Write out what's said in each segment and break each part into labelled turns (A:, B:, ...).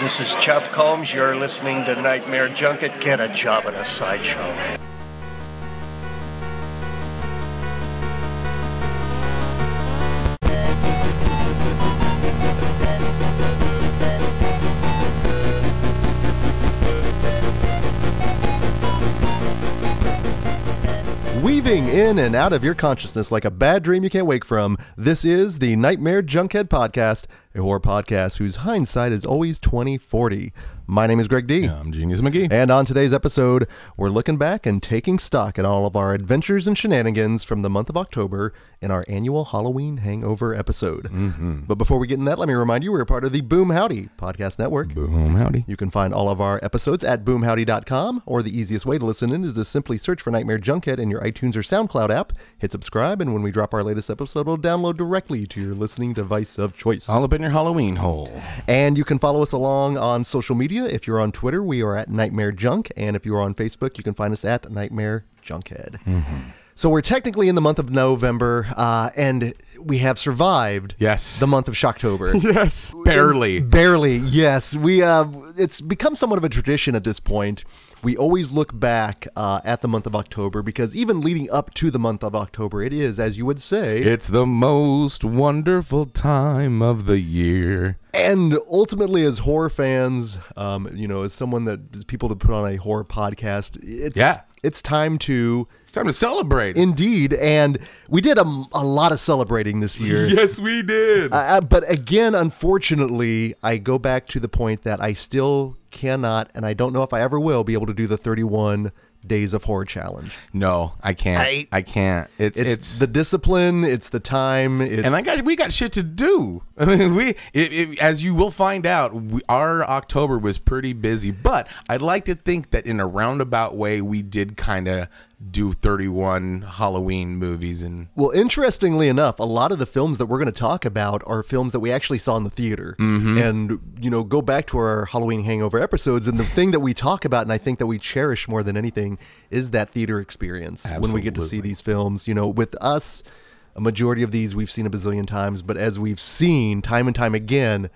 A: This is Chuff Combs. You're listening to Nightmare Junket. Get a job at a sideshow.
B: Weaving in and out of your consciousness like a bad dream you can't wake from, this is the Nightmare Junkhead Podcast, a horror podcast whose hindsight is always 2040. My name is Greg D.
C: I'm Genius McGee.
B: And on today's episode, we're looking back and taking stock at all of our adventures and shenanigans from the month of October in our annual Halloween hangover episode. But before we get in that, let me remind you we're a part of the Boom Howdy Podcast Network.
C: Boom, howdy.
B: You can find all of our episodes at boomhowdy.com, or the easiest way to listen in is to simply search for Nightmare Junkhead in your iTunes or SoundCloud app, hit subscribe, and when we drop our latest episode, it'll download directly to your listening device of choice.
C: All up in your Halloween hole.
B: And you can follow us along on social media. If you're on Twitter, we are at Nightmare Junk, and if you're on Facebook, you can find us at Nightmare Junkhead. So we're technically in the month of November, uh, and we have survived
C: Yes.
B: the month of Shocktober.
C: Yes. Barely.
B: Barely, yes. We uh, it's become somewhat of a tradition at this point. We always look back uh, at the month of October because even leading up to the month of October, it is, as you would say,
C: It's the most wonderful time of the year.
B: and ultimately as horror fans, um, you know, as someone that as people to put on a horror podcast, it's
C: Yeah.
B: it's time to
C: It's time to celebrate.
B: indeed. And we did a, a lot of celebrating this year.
C: yes, we did.
B: Uh, but again, unfortunately, I go back to the point that I still cannot, and I don't know if I ever will, be able to do the 31 Days of Horror Challenge.
C: no, I can't. I, can't. It's
B: It's,
C: it's,
B: the discipline, it's the time, it's
C: and I got we got shit to do. I mean, we it, it, as you will find out, we, our October was pretty busy, but I'd like to think that in a roundabout way, we did kind of do 31 Halloween movies and
B: Well, interestingly enough, a lot of the films that we're going to talk about are films that we actually saw in the theater. And, you know, go back to our Halloween hangover episodes. And the thing that we talk about, and I think that we cherish more than anything, is that theater experience when we get to see these films. You know, with us, a majority of these we've seen a bazillion times. But as we've seen time and time again,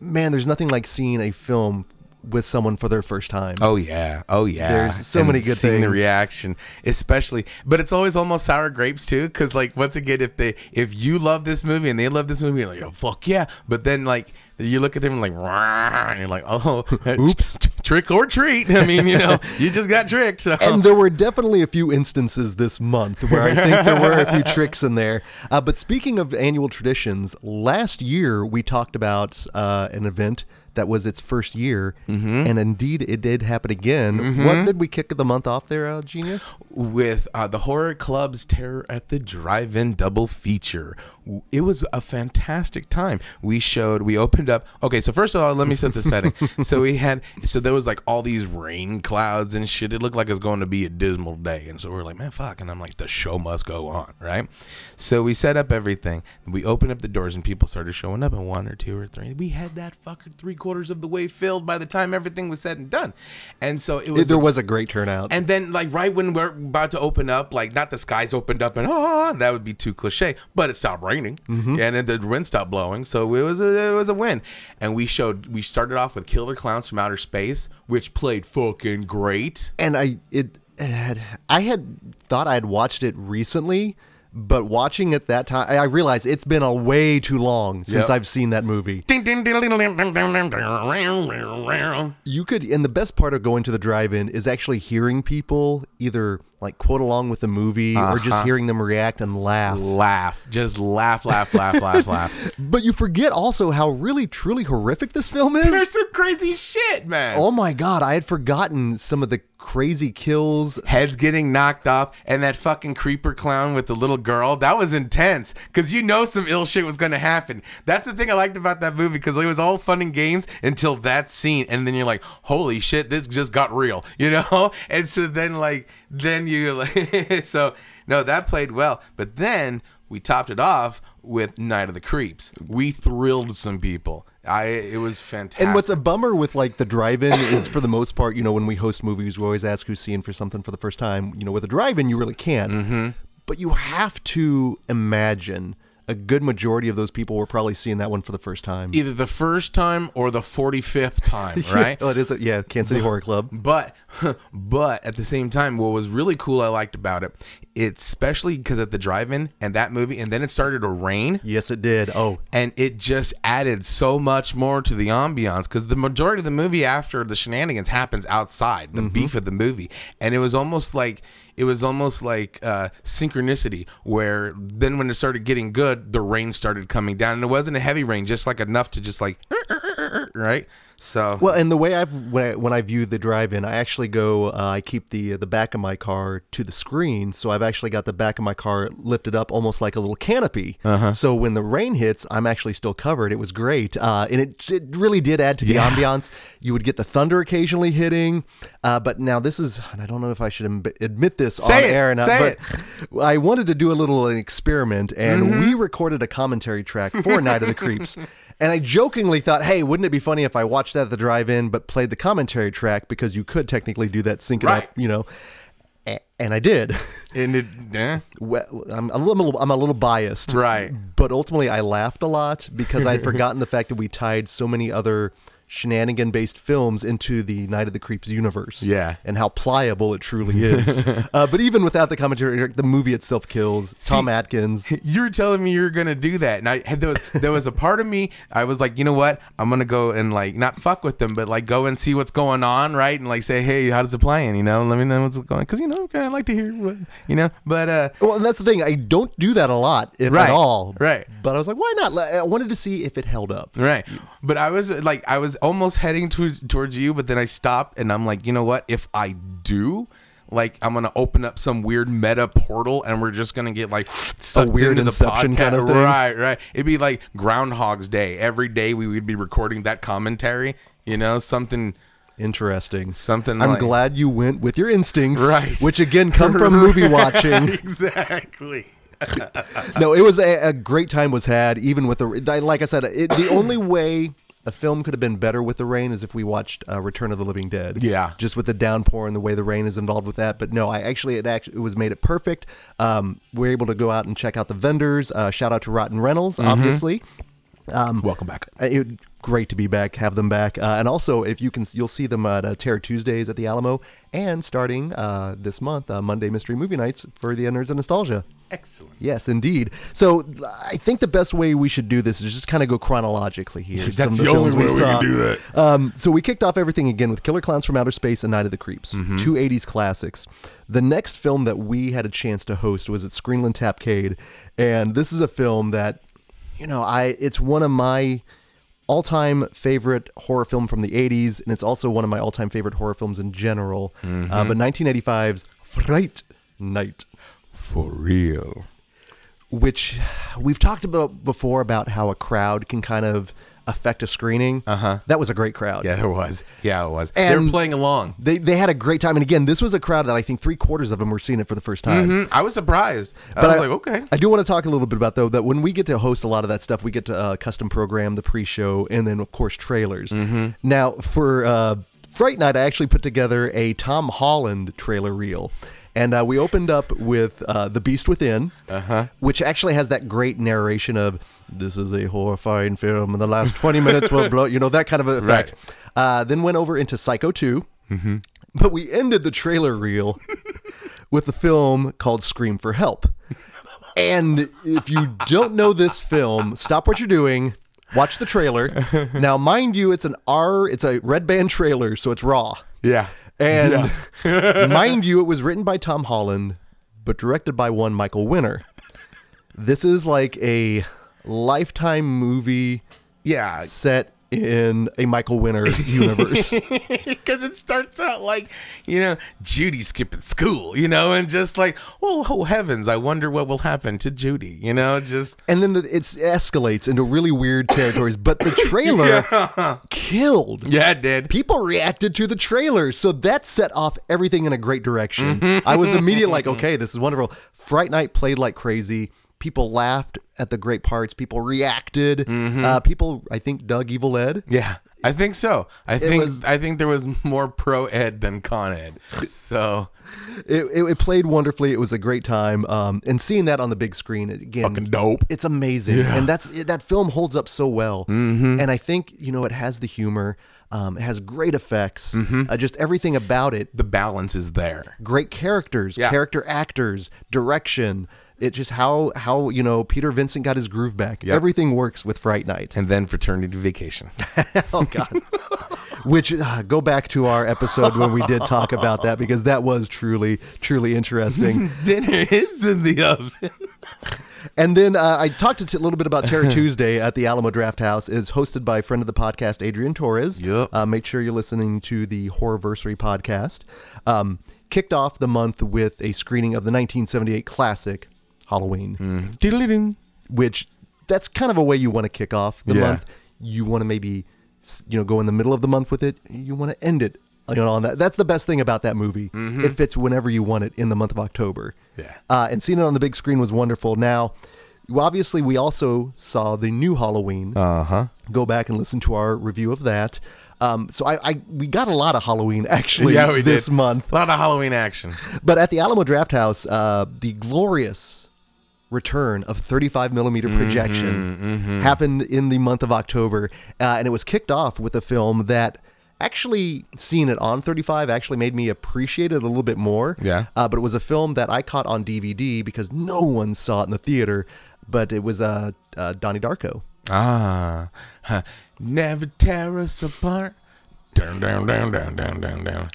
B: man, there's nothing like seeing a film with someone for their first time.
C: Oh yeah, oh yeah.
B: There's so many good
C: seeing The
B: things.
C: reaction, especially, but it's always almost sour grapes too, because like once again, if they if you love this movie and they love this movie, you're like oh fuck yeah, but then like you look at them like "Rah," and you're like oh oops, trick or treat. I mean you know you just got tricked. So.
B: and there were definitely a few instances this month where I think there were a few tricks in there. Uh, but speaking of annual traditions, last year we talked about uh, an event that was its first year, and indeed it did happen again. What did we kick the month off there, uh, Genius?
C: with uh, the horror club's terror at the drive-in double feature W- it was a fantastic time we showed we opened up okay so first of all let me set the setting so we had so there was like all these rain clouds and shit it looked like it was going to be a dismal day and so we are like man fuck and i'm like the show must go on right so we set up everything we opened up the doors and people started showing up and one or two or three we had that fucking three quarters of the way filled by the time everything was said and done and so it was
B: there was a great turnout.
C: and then, like, right when we're about to open up, like, not the skies opened up and ah, that would be too cliche. But it stopped raining, and then the wind stopped blowing, so it was a, it was a win. And we showed we started off with Killer Clowns from Outer Space, which played fucking great.
B: and I it, it had I had thought I'd watched it recently, but watching it that time, I- I realized it's been a way too long since
C: Yep.
B: I've seen that movie.
C: Yeah,
B: you could and the best part of going to the drive-in is actually hearing people either like quote along with the movie or just hearing them react and laugh
C: laugh, just laugh, laugh, laugh, laugh, laugh.
B: but you forget also how really truly horrific this film is
C: There's some crazy shit, man.
B: oh my god i had forgotten some of the crazy kills
C: heads getting knocked off and that fucking creeper clown with the little girl that was intense because you know some ill shit was going to happen that's the thing i liked about that movie because it was all fun and games until that scene and then you're like holy shit this just got real you know and so then like then you like so no that played well but then we topped it off with night of the creeps we thrilled some people i it was fantastic
B: and what's a bummer with like the drive-in is for the most part you know when we host movies we always ask who's seeing for something for the first time you know with a drive-in you really can't but you have to imagine a a good majority of those people were probably seeing that one for the first time.
C: Either the first time or the 45th time, right?
B: oh, it is. A, yeah, Kansas City Horror Club.
C: But but at the same time, what was really cool I liked about it, it's especially because at the drive-in and that movie, and then it started to rain,
B: Yes, it did. Oh,
C: and it just added so much more to the ambiance because the majority of the movie after the shenanigans happens outside, the beef of the movie, and it was almost like it was almost like uh, synchronicity where then when it started getting good, the rain started coming down, and it wasn't a heavy rain, just like enough to just like right. So
B: Well, and the way I've when I, when I view the drive-in, I actually go. Uh, I keep the the back of my car to the screen, so I've actually got the back of my car lifted up almost like a little canopy.
C: Uh-huh.
B: So when the rain hits, I'm actually still covered. It was great, uh, and it it really did add to the ambiance. You would get the thunder occasionally hitting, uh, but now this is. And I don't know if I should em- admit this on
C: Say it,
B: air or not.
C: say
B: but
C: it.
B: I wanted to do a little experiment, and we recorded a commentary track for Night of the Creeps. And I jokingly thought, hey, wouldn't it be funny if I watched that at the drive-in, but played the commentary track because you could technically do that, sync it
C: Right.
B: up, you know. A- And I did.
C: and it eh.
B: Well, I'm a little, I'm a little biased,
C: Right.
B: But ultimately, I laughed a lot because I'd forgotten the fact that we tied so many other shenanigan-based films into the Night of the Creeps universe,
C: Yeah.
B: and how pliable it truly is. uh, but even without the commentary, the movie itself kills. Tom Atkins,
C: you were telling me you were gonna do that, and I had there was, there was a part of me I was like, you know what, I'm gonna go and like not fuck with them, but like go and see what's going on, right, and like say, hey, how's it playing? You know, let me know what's going, because you know, okay, I like to hear what you know, but uh,
B: Well, and that's the thing. I don't do that a lot, if
C: Right,
B: at all.
C: right.
B: But I was like, why not? Like, I wanted to see if it held up.
C: right, but I was like, I was almost heading to, towards you, but then I stopped, and I'm like, you know what, if I do. Like I'm gonna open up some weird meta portal, and we're just gonna get like sucked
B: weird
C: into the
B: Inception kind
C: podca-
B: of thing?
C: Right, Right, right. It'd be like Groundhog's Day. Every day we would be recording that commentary. You know, something,
B: Interesting.
C: something.
B: I'm
C: like-
B: glad you went with your instincts,
C: Right.
B: Which again come from movie watching.
C: Exactly.
B: no, it was a, a great time was had, even with the I- like I said, it, the only way a film could have been better with the rain is if we watched uh, Return of the Living Dead.
C: Yeah.
B: just with the downpour and the way the rain is involved with that. But no, I actually it actually it was made it perfect. Um, we are able to go out and check out the vendors. Uh, shout out to Rotten Reynolds, obviously.
C: Um, Welcome back.
B: Uh, It, great to be back, have them back, uh, and also if you can, you'll see them at uh, Terror Tuesdays at the Alamo, and starting uh, this month, uh, Monday Mystery Movie Nights for the Nerds and Nostalgia.
C: Excellent.
B: Yes, indeed. So I think the best way we should do this is just kind of go chronologically here. That's
C: the only way we can do that.
B: um, so we kicked off everything again with Killer Clowns from Outer Space and Night of the Creeps,
C: Mm-hmm.
B: two 80s classics. The next film that we had a chance to host was at Screenland Tapcade, and this is a film that, you know, I it's one of my all-time favorite horror film from the 80s, and it's also one of my all-time favorite horror films in general. Uh,
C: Mm-hmm.
B: but 1985's Fright Night
C: For real.
B: which we've talked about before about how a crowd can kind of affect a screening. Uh huh. That was a great crowd.
C: Uh-huh. Yeah, it was. Yeah, it was. they
B: And-
C: were playing along.
B: They, they had a great time. And again, this was a crowd that I think three quarters of them were seeing it for the first time.
C: Mm, I was surprised. I was like, okay.
B: I do want to talk a little bit about though that when we get to host a lot of that stuff, we get to uh, custom program the pre-show and then of course trailers. Now for uh, Fright Night, I actually put together a Tom Holland trailer reel. And uh, we opened up with uh, The Beast Within, which actually has that great narration of, this is a horrifying film, and the last 20 minutes will blow, you know, that kind of effect. Uh, then went over into Psycho 2, but we ended the trailer reel with a film called Scream for Help. And if you don't know this film, stop what you're doing, watch the trailer. Now, mind you, it's an R, it's a red band trailer, so it's raw.
C: Yeah.
B: And mind you, it was written by Tom Holland, but directed by one Michael Winner. This is like a lifetime movie
C: Yeah.
B: set in a Michael Winner universe.
C: because it starts out like you know Judy skipping school, you know, and just like, well, oh heavens, I wonder what will happen to Judy, you know, just
B: and then the, it escalates into really weird territories. But the trailer killed.
C: yeah, it did.
B: People reacted to the trailer, so that set off everything in a great direction. I was immediately like, "Okay, this is wonderful." Fright Night played like crazy. People laughed at the great parts. People reacted. Uh, people, I think, dug Evil Ed.
C: Yeah. I think so. I think
B: was-
C: I think there was more pro ed than con ed. So
B: It, it, it played wonderfully. It was a great time. Um, and seeing that on the big screen again,
C: fucking dope.
B: it's amazing and that's it- that film holds up so well and i think you know it has the humor um, it has great effects uh, just everything about it
C: The balance is there.
B: great characters
C: Yeah.
B: character actors direction it just how how you know peter vincent got his groove back everything works with fright night
C: And then fraternity vacation.
B: oh god which uh, go back to our episode when we did talk about that because that was truly truly interesting
C: Dinner is in the oven.
B: And then uh, I talked a t- little bit about Terror Tuesday at the Alamo Draft House. is hosted by a friend of the podcast, Adrian Torres.
C: Yep.
B: Uh, make sure you're listening to the Horrorversary podcast. Um, kicked off the month with a screening of the 1978 classic Halloween,
C: Diddle-ding.
B: which that's kind of a way you want to kick off the
C: Yeah.
B: month. You want to maybe s- you know go in the middle of the month with it. You want to end it you know, on that. That's the best thing about that movie. It fits whenever you want it in the month of October.
C: Mm-hmm. Yeah.
B: Uh, and seeing it on the big screen was wonderful. Now, obviously, we also saw the new Halloween. Uh
C: Uh-huh.
B: huh. Go back and listen to our review of that. Um, so I, I we got a lot of Halloween actually
C: Yeah, we
B: this
C: did.
B: month.
C: A lot of Halloween action.
B: But at the Alamo Draft House, uh, the glorious return of 35 millimeter projection happened in the month of October, uh, and it was kicked off with a film that actually seeing it on 35 actually made me appreciate it a little bit more.
C: Yeah.
B: Uh, but it was a film that I caught on DVD because no one saw it in the theater. But it was uh, uh, Donnie Darko.
C: Ah, huh. never tear us apart. Down, down, down, down, down, down, down.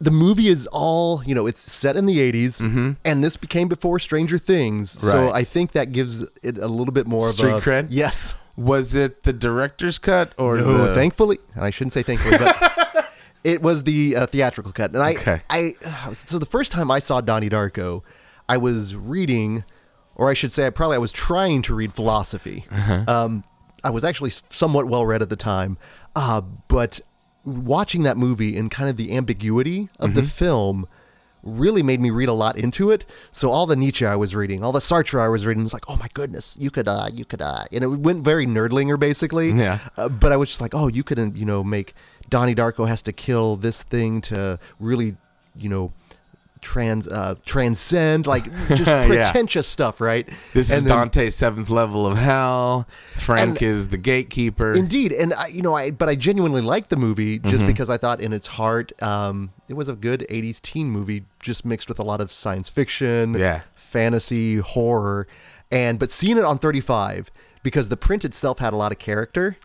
B: the movie is all you know it's set in the 80s and this became before stranger things so
C: Mm-hmm. Right.
B: i think that gives it a little bit more
C: Street
B: of a
C: cred?
B: yes
C: Was it the director's cut or
B: No,
C: the
B: thankfully and i shouldn't say thankfully but it was the uh, theatrical cut and i
C: Okay.
B: i uh, so the first time i saw donnie darko i was reading or i should say i probably i was trying to read philosophy
C: Uh-huh.
B: um, i was actually somewhat well read at the time uh, but watching that movie and kind of the ambiguity of
C: Mm-hmm.
B: the film really made me read a lot into it. So all the Nietzsche I was reading, all the Sartre I was reading was like, oh my goodness, you could, uh, you could, uh, and it went very nerdlinger basically.
C: Yeah.
B: Uh, but I was just like, oh, you could, uh, you know, make Donnie Darko has to kill this thing to really, you know, trans, uh, transcend like just
C: Yeah.
B: pretentious stuff, right?
C: This is
B: And then-
C: Dante's seventh level of hell. Frank
B: And-
C: is the gatekeeper.
B: Indeed, and I, you know, I but I genuinely liked the movie just
C: Mm-hmm.
B: because I thought in its heart, um, it was a good '80s teen movie, just mixed with a lot of science fiction,
C: Yeah.
B: fantasy, horror, and but seeing it on 35 because the print itself had a lot of character,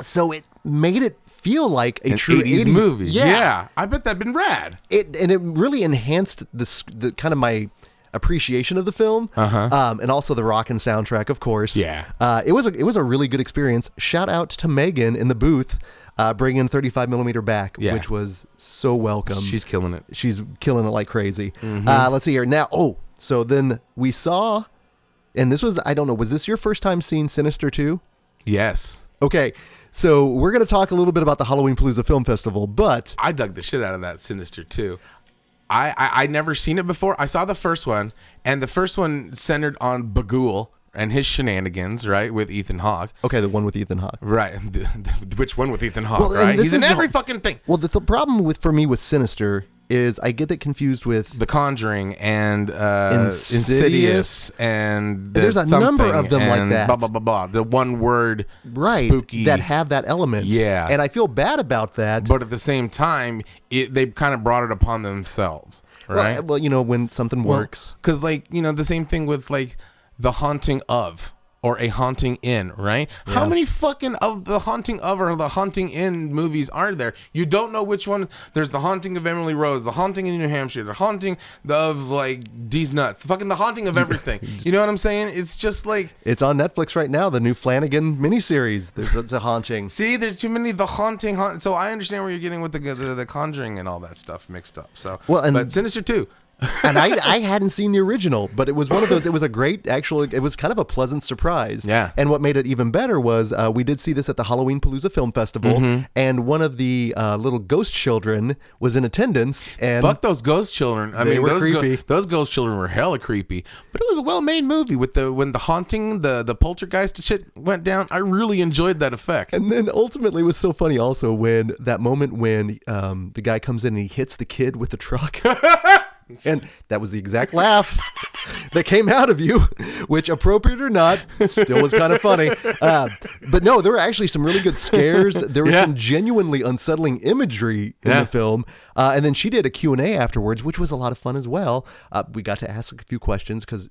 B: so it made it feel like a
C: An
B: true
C: 80s,
B: 80s
C: movie.
B: Yeah,
C: I bet that'd been rad.
B: it and it really enhanced the s- the kind of my appreciation of the film uh-huh. um, and also the rock and soundtrack of course
C: Yeah.
B: uh, it was a, it was a really good experience shout out to megan in the booth uh, bringing 35 millimeter back
C: Yeah.
B: which was so welcome
C: She's Mm-hmm. killing it.
B: she's killing it like crazy uh, let's see here now oh so then we saw and this was i don't know was this your first time seeing sinister 2
C: Yes.
B: okay so we're going to talk a little bit about the halloween palooza film festival but
C: I dug the shit out of that Sinister too. I, I I never seen it before. I saw the first one, and the first one centered on Bagul and his shenanigans, right, with Ethan Hawke.
B: okay the one with ethan hawke
C: Right. The- the- which one with Ethan Hawke,
B: Well, and
C: right?
B: this
C: He's in
B: is-
C: every fucking thing.
B: Well, the, the problem with for me with Sinister is I get that confused with.
C: The Conjuring and uh, Insidious.
B: Insidious.
C: and the
B: There's a number of
C: Something
B: them like
C: and
B: that.
C: Blah blah blah blah. The one word
B: Right,
C: spooky
B: that have that element.
C: Yeah.
B: and I feel bad about that.
C: but at the same time, it, they kind of brought it upon themselves,
B: Well,
C: right?
B: I- well, you know, when something works,
C: Because, like, you know, the same thing with, like, the haunting of or a haunting in, right? How many fucking of the haunting of or the haunting in movies are there? You don't know which one. There's the haunting of Emily Rose, the haunting in New Hampshire, the haunting of, like, these nuts, fucking the haunting of everything. you know what I'm saying? It's just like,
B: it's on Netflix right now. The new Flanagan miniseries. There's it's a haunting.
C: see, there's too many the haunting. Haunt, so I understand where you're getting with the, the, the conjuring and all that stuff mixed up. So,
B: Well, and-
C: but Sinister 2.
B: and I, I hadn't seen the original, but it was one of those. It was a great, actual. It was kind of a pleasant surprise.
C: Yeah.
B: And what made it even better was uh, we did see this at the Halloween Palooza Film Festival, and one of the uh, little ghost children was in attendance. And
C: Fuck those ghost children. I
B: They
C: mean,
B: were
C: those, go-
B: creepy.
C: those ghost children were hella creepy. But it was a well-made movie with the when the haunting, the the poltergeist shit went down. I really enjoyed that effect.
B: And then ultimately it was so funny also when that moment when um, the guy comes in and he hits the kid with the truck. and that was the exact laugh that came out of you, which appropriate or not, still was kind of funny. Uh, but no, there were actually some really good scares. There was
C: Yeah.
B: some genuinely unsettling imagery in
C: Yeah.
B: the film. Uh, and then she did a Q&A afterwards, which was a lot of fun as well. Uh, we got to ask a few questions because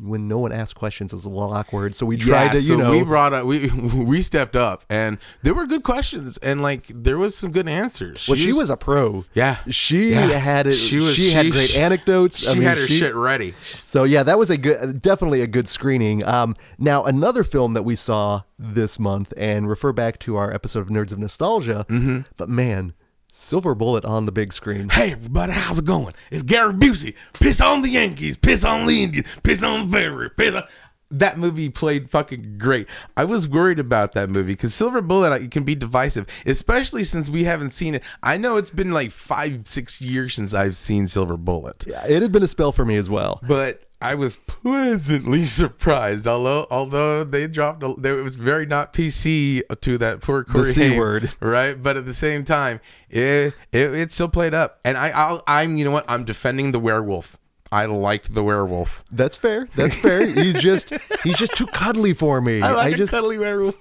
B: when no one asks questions, it's a little awkward. So we tried to, you
C: so
B: know.
C: we brought up, we we stepped up, and there were good questions, and like there was some good answers.
B: Well, she was a pro.
C: Yeah.
B: she
C: Yeah.
B: had it. She, had great
C: she-
B: anecdotes.
C: She
B: I mean,
C: had her shit ready.
B: So yeah, that was a good, definitely a good screening. Um, now another film that we saw this month, and refer back to our episode of Nerds of Nostalgia.
C: Mm-hmm.
B: But man, Silver Bullet on the big screen.
C: Hey everybody, how's it going? It's Gary Busey. Piss on the Yankees. Piss on the Indians. Piss on the Ferry. Piss on. That movie played fucking great. I was worried about that movie because Silver Bullet uh, can be divisive, especially since we haven't seen it. I know it's been like five, six years since I've seen Silver Bullet,
B: It had been a spell for me as well.
C: but I was pleasantly surprised. Although, although they dropped, a, there it was very not PC to that poor Corey
B: C
C: Haim,
B: word.
C: right? But at the same time, it it, it still played up. And I, I'll, I'm, you know what? I'm defending the werewolf. I liked the werewolf.
B: That's fair. That's fair. He's just he's just too cuddly for me. I,
C: like a
B: just
C: cuddly werewolf.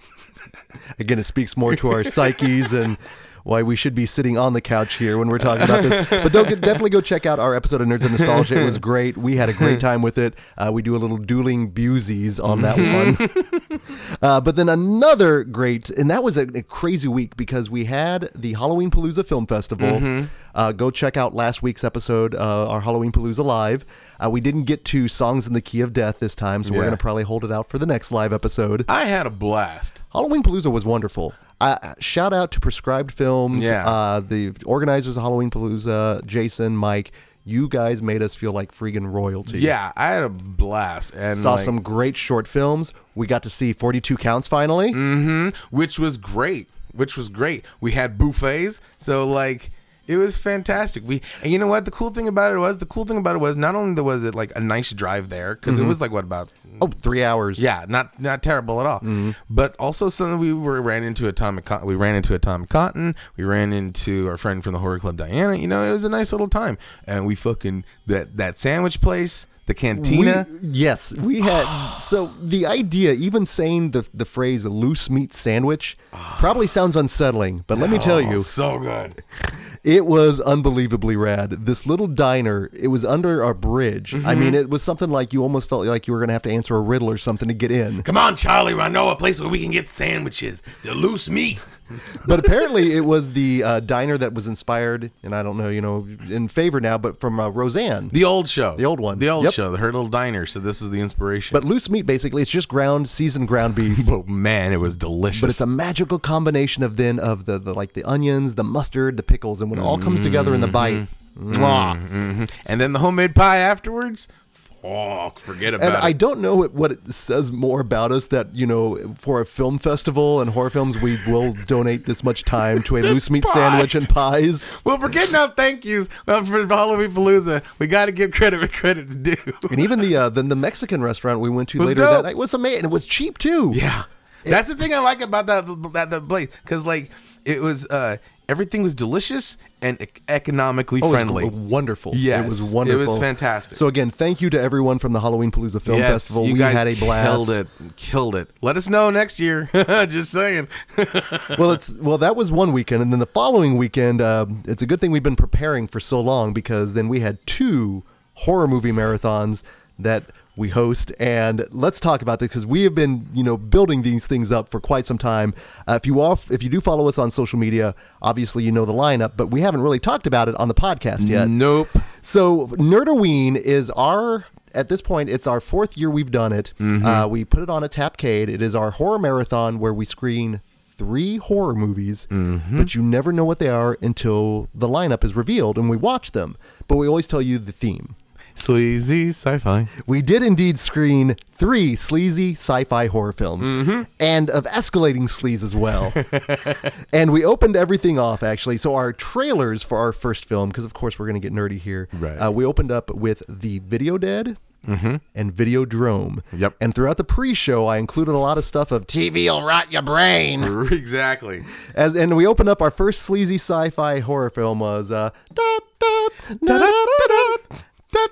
B: again, it speaks more to our psyches and why we should be sitting on the couch here when we're talking about this. But don't get, definitely go check out our episode of Nerds of Nostalgia. It was great. We had a great time with it. Uh, we do a little dueling busies on that one. Uh, but then another great, and that was a, a crazy week because we had the Halloween Palooza Film Festival. Uh, go check out last week's episode, uh, our Halloween Palooza Live. Uh, we didn't get to Songs in the Key of Death this time, so we're
C: Yeah.
B: going to probably hold it out for the next live episode.
C: I had a blast.
B: Halloween Palooza was wonderful. Uh, shout out to Prescribed Films,
C: Yeah.
B: uh, the organizers of Halloween Palooza, Jason, Mike. You guys made us feel like freaking royalty.
C: Yeah, I had a blast. And
B: Saw
C: like,
B: some great short films. We got to see 42 Counts finally.
C: Mm. which was great. Which was great. We had buffets, so like it was fantastic. We and you know what? The cool thing about it was the cool thing about it was not only there was it like a nice drive there because
B: Mm-hmm.
C: it was like what about
B: Oh, three hours.
C: yeah not not terrible at all,
B: Mm-hmm.
C: but also something we were ran into Atomic Cotton. We ran into Atomic Cotton. We ran into our friend from the horror club Diana. You know it was a nice little time, and we fucking that that sandwich place, the cantina.
B: We, yes, we had. so the idea, even saying the the phrase "loose meat sandwich," probably sounds unsettling. But let me tell
C: Oh,
B: you,
C: so good.
B: It was unbelievably rad. This little diner, it was under a bridge. I mean, it was something like you almost felt like you were going to have to answer a riddle or something to get in.
C: Come on, Charlie. I know a place where we can get sandwiches, the loose meat.
B: But apparently, it was the uh, diner that was inspired, and I don't know, you know, in favor now, but from uh, Roseanne.
C: The old show. The
B: old one.
C: The old
B: Yep.
C: show. The Hurdle Diner. So this was the inspiration.
B: But loose meat, basically, it's just ground, seasoned ground beef.
C: but man, it was delicious.
B: But it's a magical combination of then of the, the like the onions, the mustard, the pickles, and when it all comes together in the bite. mwah.
C: Mm-hmm. and then the homemade pie afterwards. Fuck, forget about
B: And
C: it.
B: I don't know what, what it says more about us that, you know, for a film festival and horror films, we will donate this much time to a loose meat
C: pie.
B: sandwich and pies.
C: well, we're getting out thank yous well, for Halloween Palooza. We got to give credit where credit's due.
B: And even the uh, then the Mexican restaurant we went to
C: Was
B: later that
C: dope.
B: night was amazing. And it was cheap, too.
C: Yeah, that's the thing I like about that that, that place because like it was uh everything was delicious and ec- economically
B: Oh, it was
C: friendly.
B: w- wonderful.
C: Yes,
B: it
C: it
B: was
C: was
B: wonderful.
C: fantastic.
B: So again, thank you to everyone from the Halloween Palooza Film
C: Yes,
B: Festival.
C: you
B: we
C: guys
B: had a blast.
C: Killed it, killed it. Let us know next year. Just saying.
B: well, it's well that was one weekend, and then the following weekend, uh, it's a good thing we've been preparing for so long because then we had two horror movie marathons that we host, and let's talk about this because we have been you know building these things up for quite some time. Uh, if you off, if you do follow us on social media, obviously you know the lineup, but we haven't really talked about it on the podcast yet.
C: Nope.
B: So Nerdoween is our at this point it's our fourth year we've done it. Uh, we put it on a tapcade. It is our horror marathon where we screen three horror movies, but you never know what they are until the lineup is revealed and we watch them. But we always tell you the theme.
C: Sleazy sci-fi.
B: We did indeed screen three sleazy sci fi horror films and of escalating sleaze as well. and we opened everything off, actually. So, our trailers for our first film, because of course we're going to get nerdy here,
C: Right.
B: uh, we opened up with The Video Dead. And Videodrome.
C: Yep.
B: And throughout the pre-show, I included a lot of stuff of TV will rot your brain.
C: exactly.
B: As and we opened up our first sleazy sci-fi horror film was uh, da, da, da, da, da,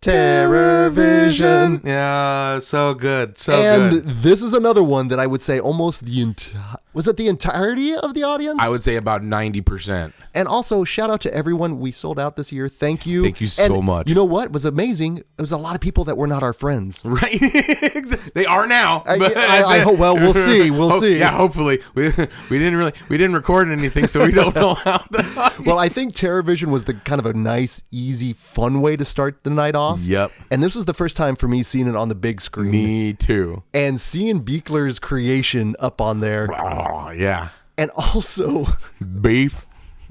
B: Terror
C: Oh,
B: Vision.
C: Yeah, so good. So
B: and
C: good.
B: this is another one that I would say almost the entire was it the entirety of the audience?
C: I would say about 90%.
B: and also shout out to everyone we sold out this year. Thank you.
C: Thank you so
B: And
C: much.
B: You know what was amazing? It was a lot of people that were not our friends.
C: Right? Exa- they are now.
B: I-
C: but-
B: I- I hope- well, we'll see, we'll
C: Hope-
B: see.
C: Yeah, hopefully. We, we didn't really we didn't record anything so we don't know how the
B: Well, I think Terror Vision was the kind of a nice, easy, fun way to start the night off.
C: Yep.
B: And this was the first time for me seeing it on the big screen
C: Me too.
B: and seeing Beekler's creation up on there,
C: Oh, yeah.
B: and also
C: Beef.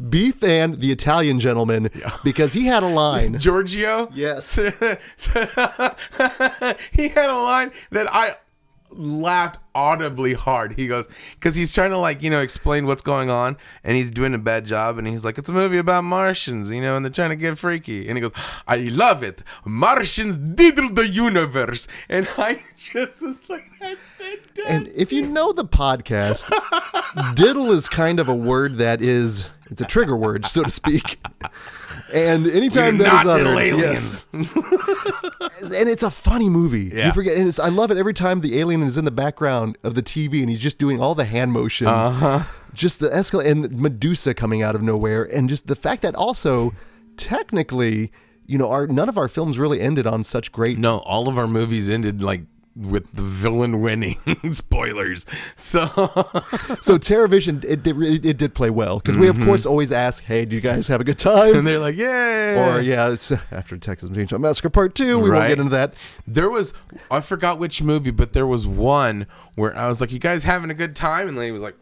B: Beef and the Italian gentleman because he had a line.
C: Giorgio?
B: Yes.
C: he had a line that I laughed audibly hard. He goes, because he's trying to, like, you know, explain what's going on, and he's doing a bad job, and he's like, it's a movie about Martians, you know, and they're trying to get freaky. And he goes, I love it. Martians diddle the universe. And I just was like, that's fantastic.
B: And if you know the podcast, diddle is kind of a word that is it's a trigger word, so to speak. And anytime
C: You're
B: that is
C: not
B: uttered,
C: diddle
B: yes. and it's a funny movie.
C: Yeah.
B: You forget, and it's, I love it every time the alien is in the background of the TV and he's just doing all the hand motions,
C: Uh-huh.
B: just the escal and Medusa coming out of nowhere, and just the fact that also technically, you know, our none of our films really ended on such great
C: No, all of our movies ended, like, with the villain winning spoilers. So.
B: So TerraVision, it did, it, it did play well because we of course always ask, "Hey, do you guys have a good time?"
C: Mm-hmm. and they're like, yeah.
B: or yeah, it's after Texas Chainsaw Massacre Part Two, we won't
C: Right.
B: get into that.
C: there was I forgot which movie, but there was one where I was like, "You guys having a good time?" And Lady was like,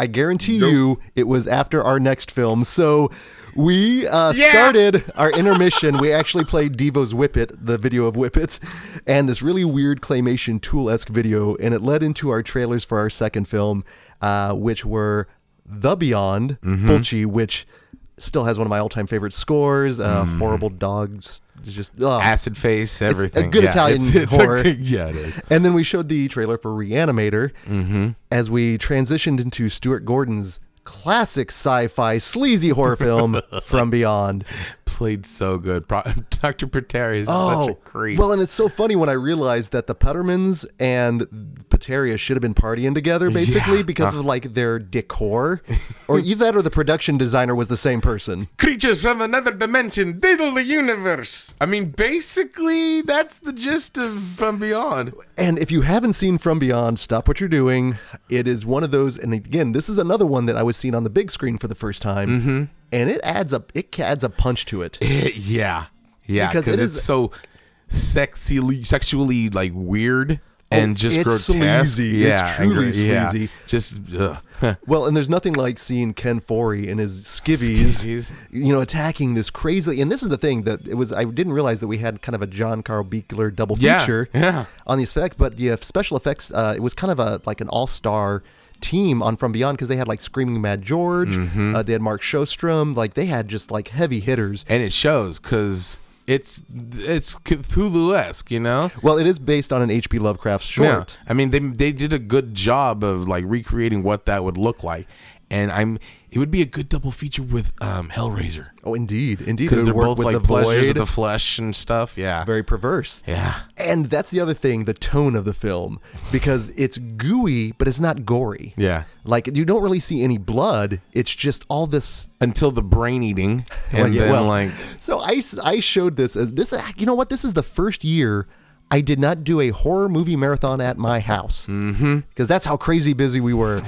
B: I guarantee you, it was after our next film. So we uh,
C: Yeah.
B: started our intermission. we actually played Devo's Whip It, the video of Whip It, and this really weird claymation tool esque video, and it led into our trailers for our second film, uh, which were The Beyond,
C: Mm-hmm.
B: Fulci, which still has one of my all time favorite scores, uh, Horrible Dogs, it's just ugh.
C: Mm-hmm. "Acid face, everything."
B: good
C: Yeah,
B: Italian
C: a
B: horror.
C: good- yeah, it is.
B: And then we showed the trailer for Reanimator
C: Mm-hmm.
B: as we transitioned into Stuart Gordon's classic sci-fi sleazy horror film From Beyond.
C: Played so good. Pro- Dr. Pateri is such a creep.
B: Oh, well, and it's so funny when I realized that the Puttermans and Pateria should have been partying together basically
C: Yeah.
B: because of like their decor, or either that or the production designer was the same person.
C: Creatures from another dimension diddle the universe. I mean, basically, that's the gist of From Beyond.
B: And if you haven't seen From Beyond, stop what you're doing. It is one of those, and again, this is another one that I was seeing on the big screen for the first time,
C: Mm-hmm.
B: and it adds a it adds a punch to it.
C: yeah, yeah,
B: Because
C: because
B: it
C: it's
B: is-
C: so sexually, sexually like weird and just
B: Oh, it's
C: grotesque.
B: sleazy. It's truly
C: agree. Yeah.
B: sleazy.
C: Just ugh.
B: Well, and there's nothing like seeing Ken Forey in his skivvies,
C: Skivvies.
B: you know, attacking this crazy. And this is the thing that it was. I didn't realize that we had kind of a John Carl Beekler double
C: Yeah,
B: feature
C: yeah.
B: on the effect, but the uh, special effects. Uh, it was kind of a like an all star team on From Beyond because they had like Screaming Mad George,
C: Mm-hmm.
B: uh, they had Mark Showstrom, like they had just like heavy hitters.
C: and it shows because it's it's Cthulhu esque, you know.
B: Well, it is based on an H.P. Lovecraft short.
C: I mean they they did a good job of like recreating what that would look like, and I'm it would be a good double feature with um, Hellraiser
B: Oh, indeed, indeed,
C: because
B: It
C: they're
B: would work
C: both
B: with
C: like
B: the
C: pleasures of
B: void.
C: the flesh and stuff. Yeah,
B: very perverse.
C: yeah.
B: And that's the other thing, the tone of the film, because it's gooey, but it's not gory.
C: Yeah.
B: Like you don't really see any blood. It's just all this.
C: Until the brain eating, and
B: Well, yeah,
C: then
B: well,
C: like
B: So I, s- I showed this. as- This ah, you know what? This is the first year I did not do a horror movie marathon at my house because mm-hmm. that's how crazy busy we were.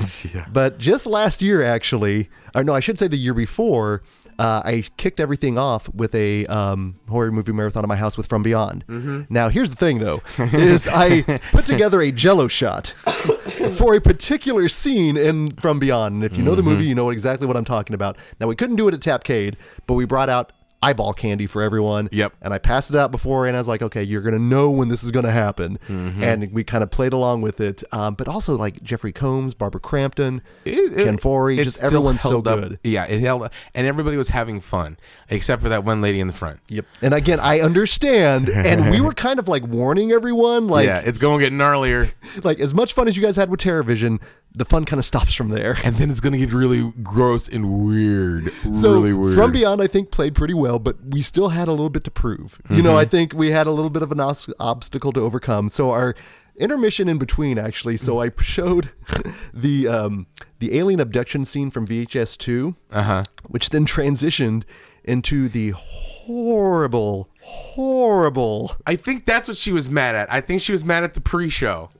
B: But just last year, actually, or no, I should say the year before. Uh, I kicked everything off with a um, horror movie marathon at my house with From Beyond. Now, here's the thing, though, is I put together a Jello shot for a particular scene in From Beyond. And if you know the movie, you know exactly what I'm talking about. Now, we couldn't do it at Tapcade, but we brought out eyeball candy for everyone.
C: Yep.
B: And I passed it out before, and I was like, okay, you're gonna know when this is gonna happen.
C: Mm-hmm.
B: And we kind of played along with it, um, but also like Jeffrey Combs, Barbara Crampton,
C: It- it-
B: Ken Forey,
C: it
B: just
C: still
B: everyone's so
C: held up.
B: good.
C: Yeah, it held up, and everybody was having fun except for that one lady in the front.
B: Yep. And again, I understand, and we were kind of like warning everyone, like
C: yeah, it's going to get gnarlier,
B: like as much fun as you guys had with TerraVision, the fun kind of stops from there.
C: and then it's going to get really gross and weird.
B: So
C: really weird.
B: From Beyond, I think played pretty well, but we still had a little bit to prove. You know,
C: Mm-hmm.
B: I think we had a little bit of an os- obstacle to overcome. So our intermission in between, actually, so I showed the um, the alien abduction scene from VHS two,
C: Uh-huh.
B: which then transitioned into the horrible, horrible.
C: I think that's what she was mad at. I think she was mad at the pre-show.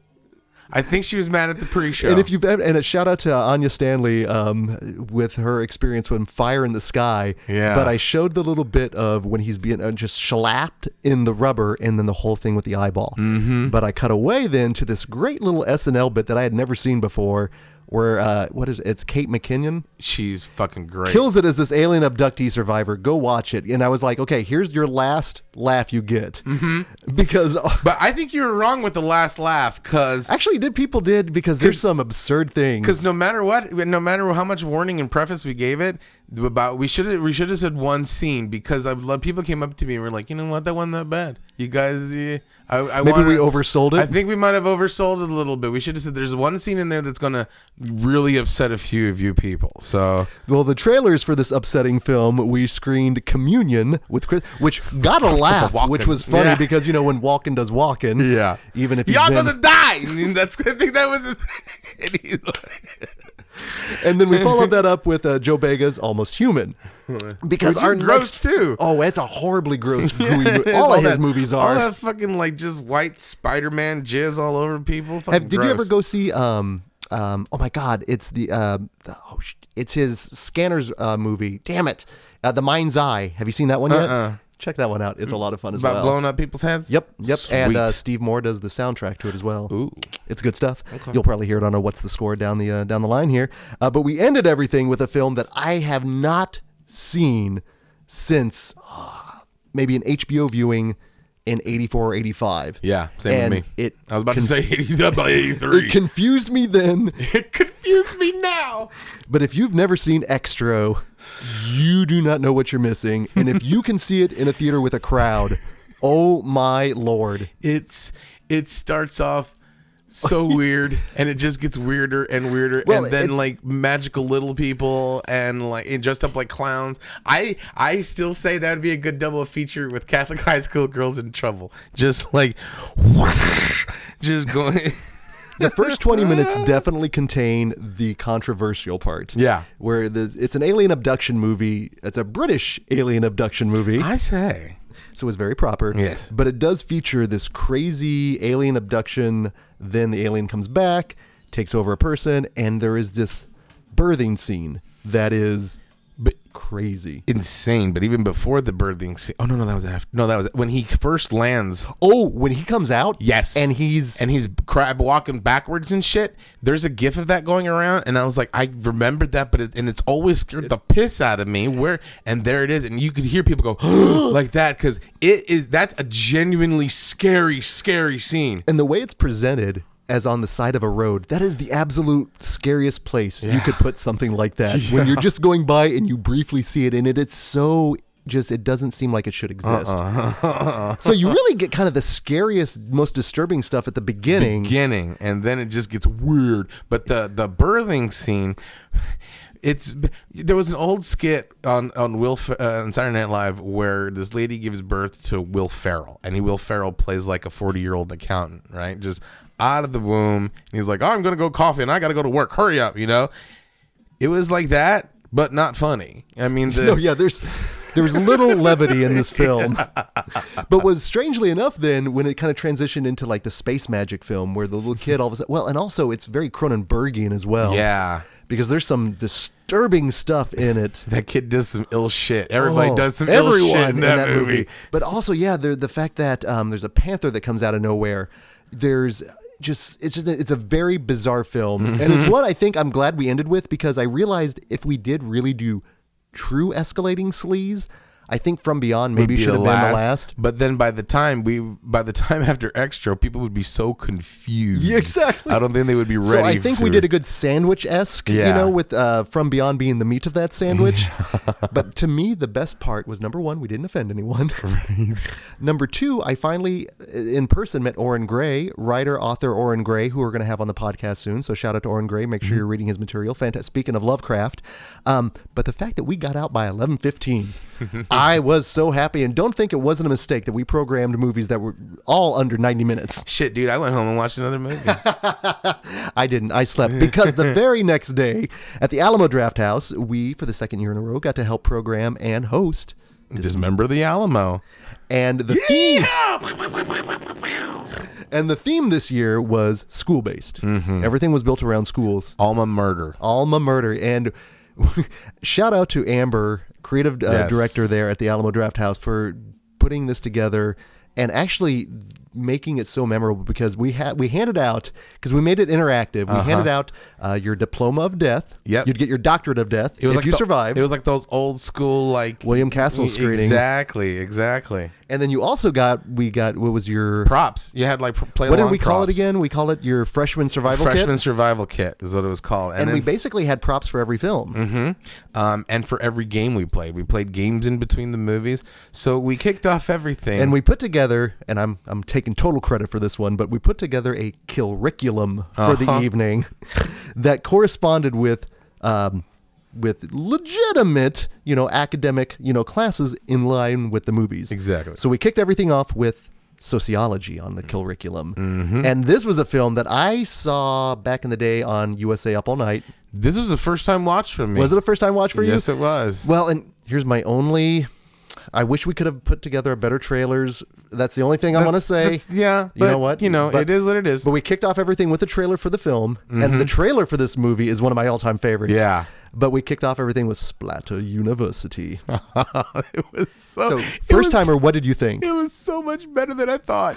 C: I think she was mad at the pre-show.
B: And if you've ever, and a shout out to uh, Anya Stanley um, with her experience when Fire in the Sky.
C: Yeah.
B: But I showed the little bit of when he's being uh, just shellapped in the rubber and then the whole thing with the eyeball. Mm-hmm. But I cut away then to this great little SNL bit that I had never seen before where, uh, what is it? It's Kate McKinnon
C: she's fucking great.
B: kills it as this alien abductee survivor. Go watch it. And I was like, okay, here's your last laugh you get. Mm-hmm. Because.
C: but I think you were wrong with the last laugh because
B: Actually, did people did because there's some absurd things.
C: because no matter what, no matter how much warning and preface we gave it about, we should we should have said one scene because I love people came up to me and were like, you know what, that wasn't that bad. You guys, eh, I, I
B: Maybe
C: wanna-
B: we oversold it.
C: I think we might have oversold it a little bit. We should have said there's one scene in there that's gonna really upset a few of you people. So
B: Well, the trailers for this upsetting film, we screened Communion with Chris, which got a laugh,
C: Walken.
B: which was funny
C: Yeah.
B: because you know when Walken does Walken,
C: Yeah.
B: even if he's
C: y'all
B: been,
C: gonna die. I mean, that's I think that was. the thing. And he's like-
B: and then we followed that up with uh, Joe Bega's Almost Human, because
C: Which is
B: our
C: gross,
B: next
C: too.
B: Oh, it's a horribly gross. Gooey, mo- all, of his
C: that-
B: movies are.
C: all that fucking like just white Spider Man jizz all over people. Fucking
B: Have- did you ever
C: gross.
B: go see? Um, um, oh my God! It's the, uh, the oh, sh- it's his Scanners uh, movie. Damn it, uh, The Mind's Eye. Have you seen that one yet?
C: Uh-uh.
B: Check that one out. It's a lot of fun as
C: about
B: well.
C: blowing up people's heads?
B: Yep, yep. And uh,
C: Sweet.
B: Steve Moore does the soundtrack to it as well.
C: Ooh.
B: It's good stuff. You'll probably hear it on a "What's the Score" down the uh, down the line here. Uh, but we ended everything with a film that I have not seen since uh, maybe an HBO viewing in '84 or '85.
C: Yeah, same
B: and
C: with me.
B: It
C: I was about
B: conf-
C: to say 80, up by 83.
B: It confused me then,
C: it confused me now.
B: but if you've never seen Extro, you do not know what you're missing. And if you can see it in a theater with a crowd, oh my lord!
C: It's it starts off so weird and it just gets weirder and weirder
B: Well,
C: and then
B: it's-
C: like magical little people and like and dressed up like clowns i i still say that would be a good double feature with catholic high school girls in trouble just like just going
B: the first 20 minutes definitely contain the controversial part.
C: Yeah.
B: Where there's, it's an alien abduction movie. It's a British alien abduction movie.
C: i say
B: So it's very proper.
C: Yes.
B: But it does feature this crazy alien abduction. Then the alien comes back, takes over a person, and there is this birthing scene that is crazy.
C: insane but even before the birthing scene oh no no that was after no that was when he first lands
B: Oh, when he comes out?
C: Yes.
B: And he's.
C: and he's crab walking backwards and shit. There's a gif of that going around, and I was like, I remembered that, but it, and it's always scared the piss out of me. Where and there it is, and you could hear people go like that because it is that's a genuinely scary, scary scene.
B: and the way it's presented as on the side of a road that is the absolute scariest place you could put something like that when you're just going by and you briefly see it in it it's so just it doesn't seem like it should exist so you really get kind of the scariest most disturbing stuff at the beginning
C: Beginning, and then it just gets weird. But the the birthing scene. It's there was an old skit on on Will Fe- uh, on Saturday Night Live where this lady gives birth to Will Ferrell, and he Will Ferrell plays like a forty year old accountant, right? Just out of the womb, and he's like, "Oh, "I'm gonna go coffee, and I gotta go to work. Hurry up!" You know, it was like that, but not funny. I mean, the,
B: no, yeah, there's there was little levity in this film. But was strangely enough then when it kind of transitioned into like the space magic film where the little kid all of a sudden well, and also it's very Cronenbergian as well.
C: Yeah.
B: Because there's some disturbing stuff in it.
C: that kid does some ill shit. Everybody
B: Oh,
C: does some ill
B: everyone
C: shit in that, movie.
B: But also, yeah, the the fact that um, there's a panther that comes out of nowhere. There's just it's just, it's a very bizarre film, and
C: Mm-hmm.
B: it's one I think I'm glad we ended with because I realized if we did really do true escalating sleaze, I think From Beyond maybe should have been the last.
C: But then by the time we, by the time after extra, people would be so confused.
B: Yeah, exactly.
C: I don't think they would be ready.
B: So I think we
C: for-
B: did a good sandwich esque, you
C: Yeah.
B: know, with uh, From Beyond being the meat of that sandwich. but to me, the best part was number one, we didn't offend anyone. number two, I finally uh, in person met Oren Gray, writer, author Oren Gray, who we're going to have on the podcast soon. So shout out to Oren Gray. Make
C: Mm-hmm.
B: sure you're reading his material. Fantastic. Speaking of Lovecraft, um, but the fact that we got out by eleven fifteen, I was so happy. And don't think it wasn't a mistake that we programmed movies that were all under ninety minutes.
C: Shit, dude! I went home and watched another movie.
B: I didn't. I slept because the very next day at the Alamo Draft House, we, for the second year in a row, got to help program and host.
C: Dismember the Alamo.
B: And the theme. And the theme this year was school based. Everything was built around schools.
C: Alma murder.
B: Alma Murder. And shout out to Amber, creative uh,
C: Yes.
B: director there at the Alamo Draft House, for putting this together and actually making it so memorable because we had we handed out because we made it interactive. We handed out uh, your diploma of death.
C: Uh-huh. Yep.
B: you'd get your doctorate of death if you
C: the-
B: survived.
C: It was like those old school like e-,
B: William Castle screenings.
C: Exactly, exactly.
B: and then you also got we got what was your
C: Props. You had like pr- play.
B: what did
C: along
B: we call it
C: props.
B: again? We call it your freshman survival
C: Freshman
B: kit.
C: survival kit is what it was called.
B: And we
C: then-
B: basically had props for every film.
C: um, and for every game we played, we played games in between the movies. So we kicked off everything.
B: And we put together, and I'm I'm taking total credit for this one, but we put together a curriculum for the evening that corresponded with um, with legitimate, you know, academic, you know, classes in line with the movies.
C: Exactly.
B: So we kicked everything off with sociology on the curriculum, and this was a film that I saw back in the day on USA Up All Night.
C: this was a first time watch for me.
B: Was it a first time watch for you?
C: Yes, it was.
B: Well, and here's my only. I wish we could have put together a better trailers. That's the only thing I want to
C: That's-
B: say.
C: that's- yeah,
B: you know
C: but,
B: what?
C: you know,
B: But-
C: it is what it is.
B: But we kicked off everything with a trailer for the film, and the trailer for this movie is one of my all-time favorites.
C: Yeah.
B: But we kicked off everything with Splatter University.
C: it was so,
B: So,
C: it
B: first
C: was-
B: timer, what did you think?
C: It was so much better than I thought.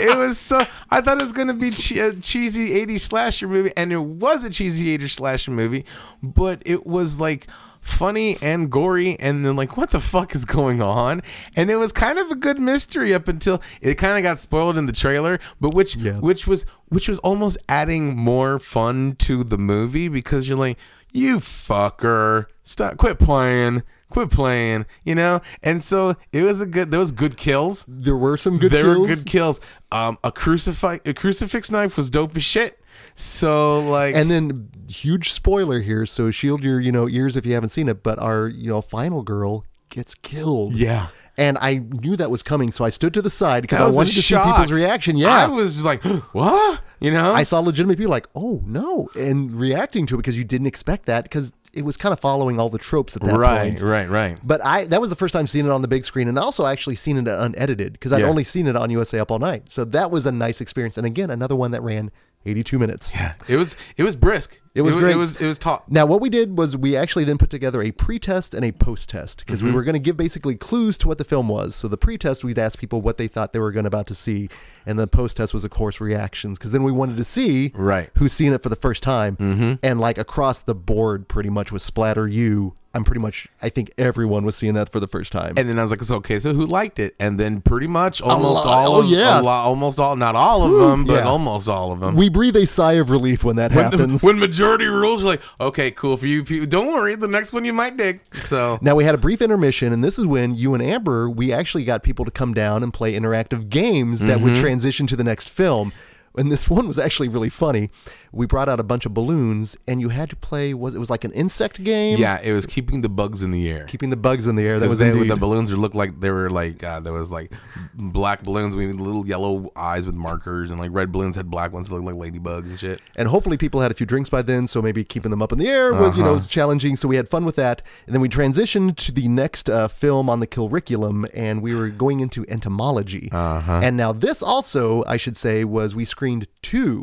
C: it was so. I thought it was gonna be che- a cheesy '80s slasher movie, and it was a cheesy '80s slasher movie, but it was like funny and gory, and then like, what the fuck is going on? And it was kind of a good mystery up until it kind of got spoiled in the trailer, but which
B: Yeah.
C: which was which was almost adding more fun to the movie because you're like, you fucker, stop, quit playing. Quit playing, you know, and so it was a good. There was good kills
B: There were some good
C: there
B: kills.
C: were good kills. Um, a crucifix, a crucifix knife was dope as shit. So like,
B: and then huge spoiler here, so shield your you know ears if you haven't seen it. But our you know final girl gets killed.
C: Yeah.
B: And I knew that was coming, so I stood to the side because
C: that
B: I
C: was a
B: wanted to see
C: shock.
B: people's reaction. Yeah.
C: I was just like, what? You know,
B: I saw legitimate people like, oh no, and reacting to it because you didn't expect that because it was kind of following all the tropes at that
C: right,
B: point.
C: right, right.
B: But I that was the first time seeing it on the big screen, and also actually seen it unedited because I'd
C: Yeah.
B: only seen it on USA Up All Night. So that was a nice experience, and again another one that ran 82 minutes.
C: Yeah, it was it was brisk.
B: It was
C: it,
B: great.
C: It was it was taut.
B: Now, what we did was we actually then put together a pre-test and a post-test because
C: Mm-hmm.
B: we were going to give basically clues to what the film was. So the pre-test, we'd ask people what they thought they were going about to see, and the post-test was, of course, reactions because then we wanted to see
C: Right. Mm-hmm.
B: who's seen it for the first time, and like across the board, pretty much with Splatter U, I'm pretty much I think everyone was seeing that for the first time.
C: And then I was like, so, okay, so who liked it? And then pretty much almost
B: lot-
C: all
B: oh,
C: of
B: yeah.
C: a lot, almost all, not all of them, but
B: yeah.
C: almost all of them.
B: we breathe a sigh of relief when that happens.
C: when majority rules, you're like, okay, cool for you. If you don't worry, the next one you might dig. So
B: Now we had a brief intermission, and this is when you and Amber we actually got people to come down and play interactive games that would
C: Mm-hmm.
B: transition to the next film. And this one was actually really funny. We brought out a bunch of balloons, and you had to play was it was like an insect game,
C: yeah, it was keeping the bugs in the air.
B: keeping the bugs in the air. That was
C: they,
B: indeed.
C: the balloons were looked like they were like uh, there was like black balloons with little yellow eyes with markers and like red balloons had black ones that looked like ladybugs and shit.
B: and hopefully people had a few drinks by then, so maybe keeping them up in the air was you
C: Uh-huh.
B: know was challenging. So we had fun with that, and then we transitioned to the next uh, film on the curriculum, and we were going into entomology. Uh-huh. And now this also, I should say, was we screened two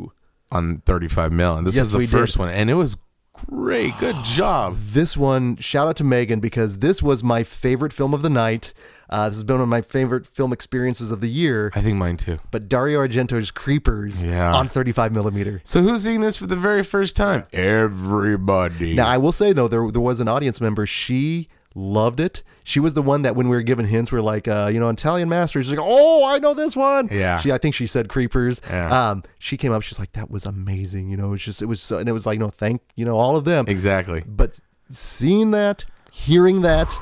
C: On 35 mil, and this
B: Yes,
C: is the
B: we did.
C: first one, and it was great. Good job.
B: this one shout out to megan because this was my favorite film of the night uh, this has been one of my favorite film experiences of the year
C: I think mine too.
B: but dario argento's creepers
C: Yeah.
B: on 35 millimeter
C: So who's seeing this for the very first time? Everybody.
B: now i will say though there, there was an audience member she Loved it. She was the one that when we were given hints, we are like, uh, you know, Italian Masters. She's like, oh, I know this one.
C: Yeah.
B: She, I think she said Creepers.
C: Yeah.
B: Um, she came up. She's like, that was amazing. You know, it's just it was, so, and it was like, no, thank you know all of them.
C: Exactly.
B: But seeing that, hearing that,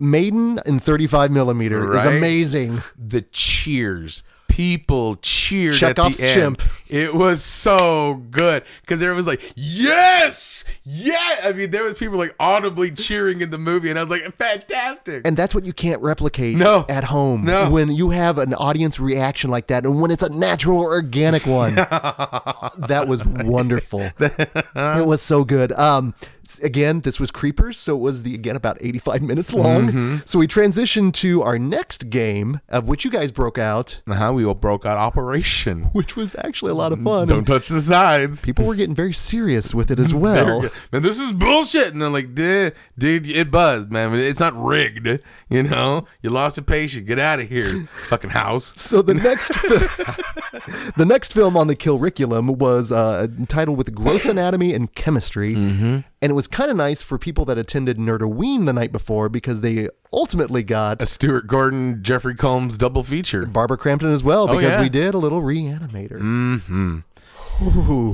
B: Maiden in 35 millimeter is
C: Right?
B: amazing.
C: the cheers. People cheered
B: Chekhov's
C: at the end.
B: chimp.
C: It was so good because there was like, yes, yeah. I mean, there was people like audibly cheering in the movie, and I was like, fantastic.
B: And that's what you can't replicate
C: No.
B: at home.
C: No.
B: When you have an audience reaction like that and when it's a natural organic one. that was wonderful. it was so good. Um s- again, this was Creepers, so it was the again about 85 minutes long.
C: Mm-hmm.
B: So we transitioned to our next game of which you guys broke out,
C: uh-huh, we all broke out operation.
B: which was actually a lot of fun.
C: Mm, Don't touch the sides.
B: People were getting very serious with it as well.
C: Man, this is bullshit. And I'm like, dude, dude, it buzzed, man. It's not rigged. You know, you lost a patient. Get out of here, fucking house.
B: So the next fi- the next film on the curriculum was uh, titled with Gross Anatomy and Chemistry,
C: Mm-hmm.
B: and it was kind of nice for people that attended Nerdoween the night before because they ultimately got
C: A Stuart Gordon, Jeffrey Combs double feature.
B: Barbara Crampton as well because
C: Oh, yeah. Mm.
B: we did a little Reanimator.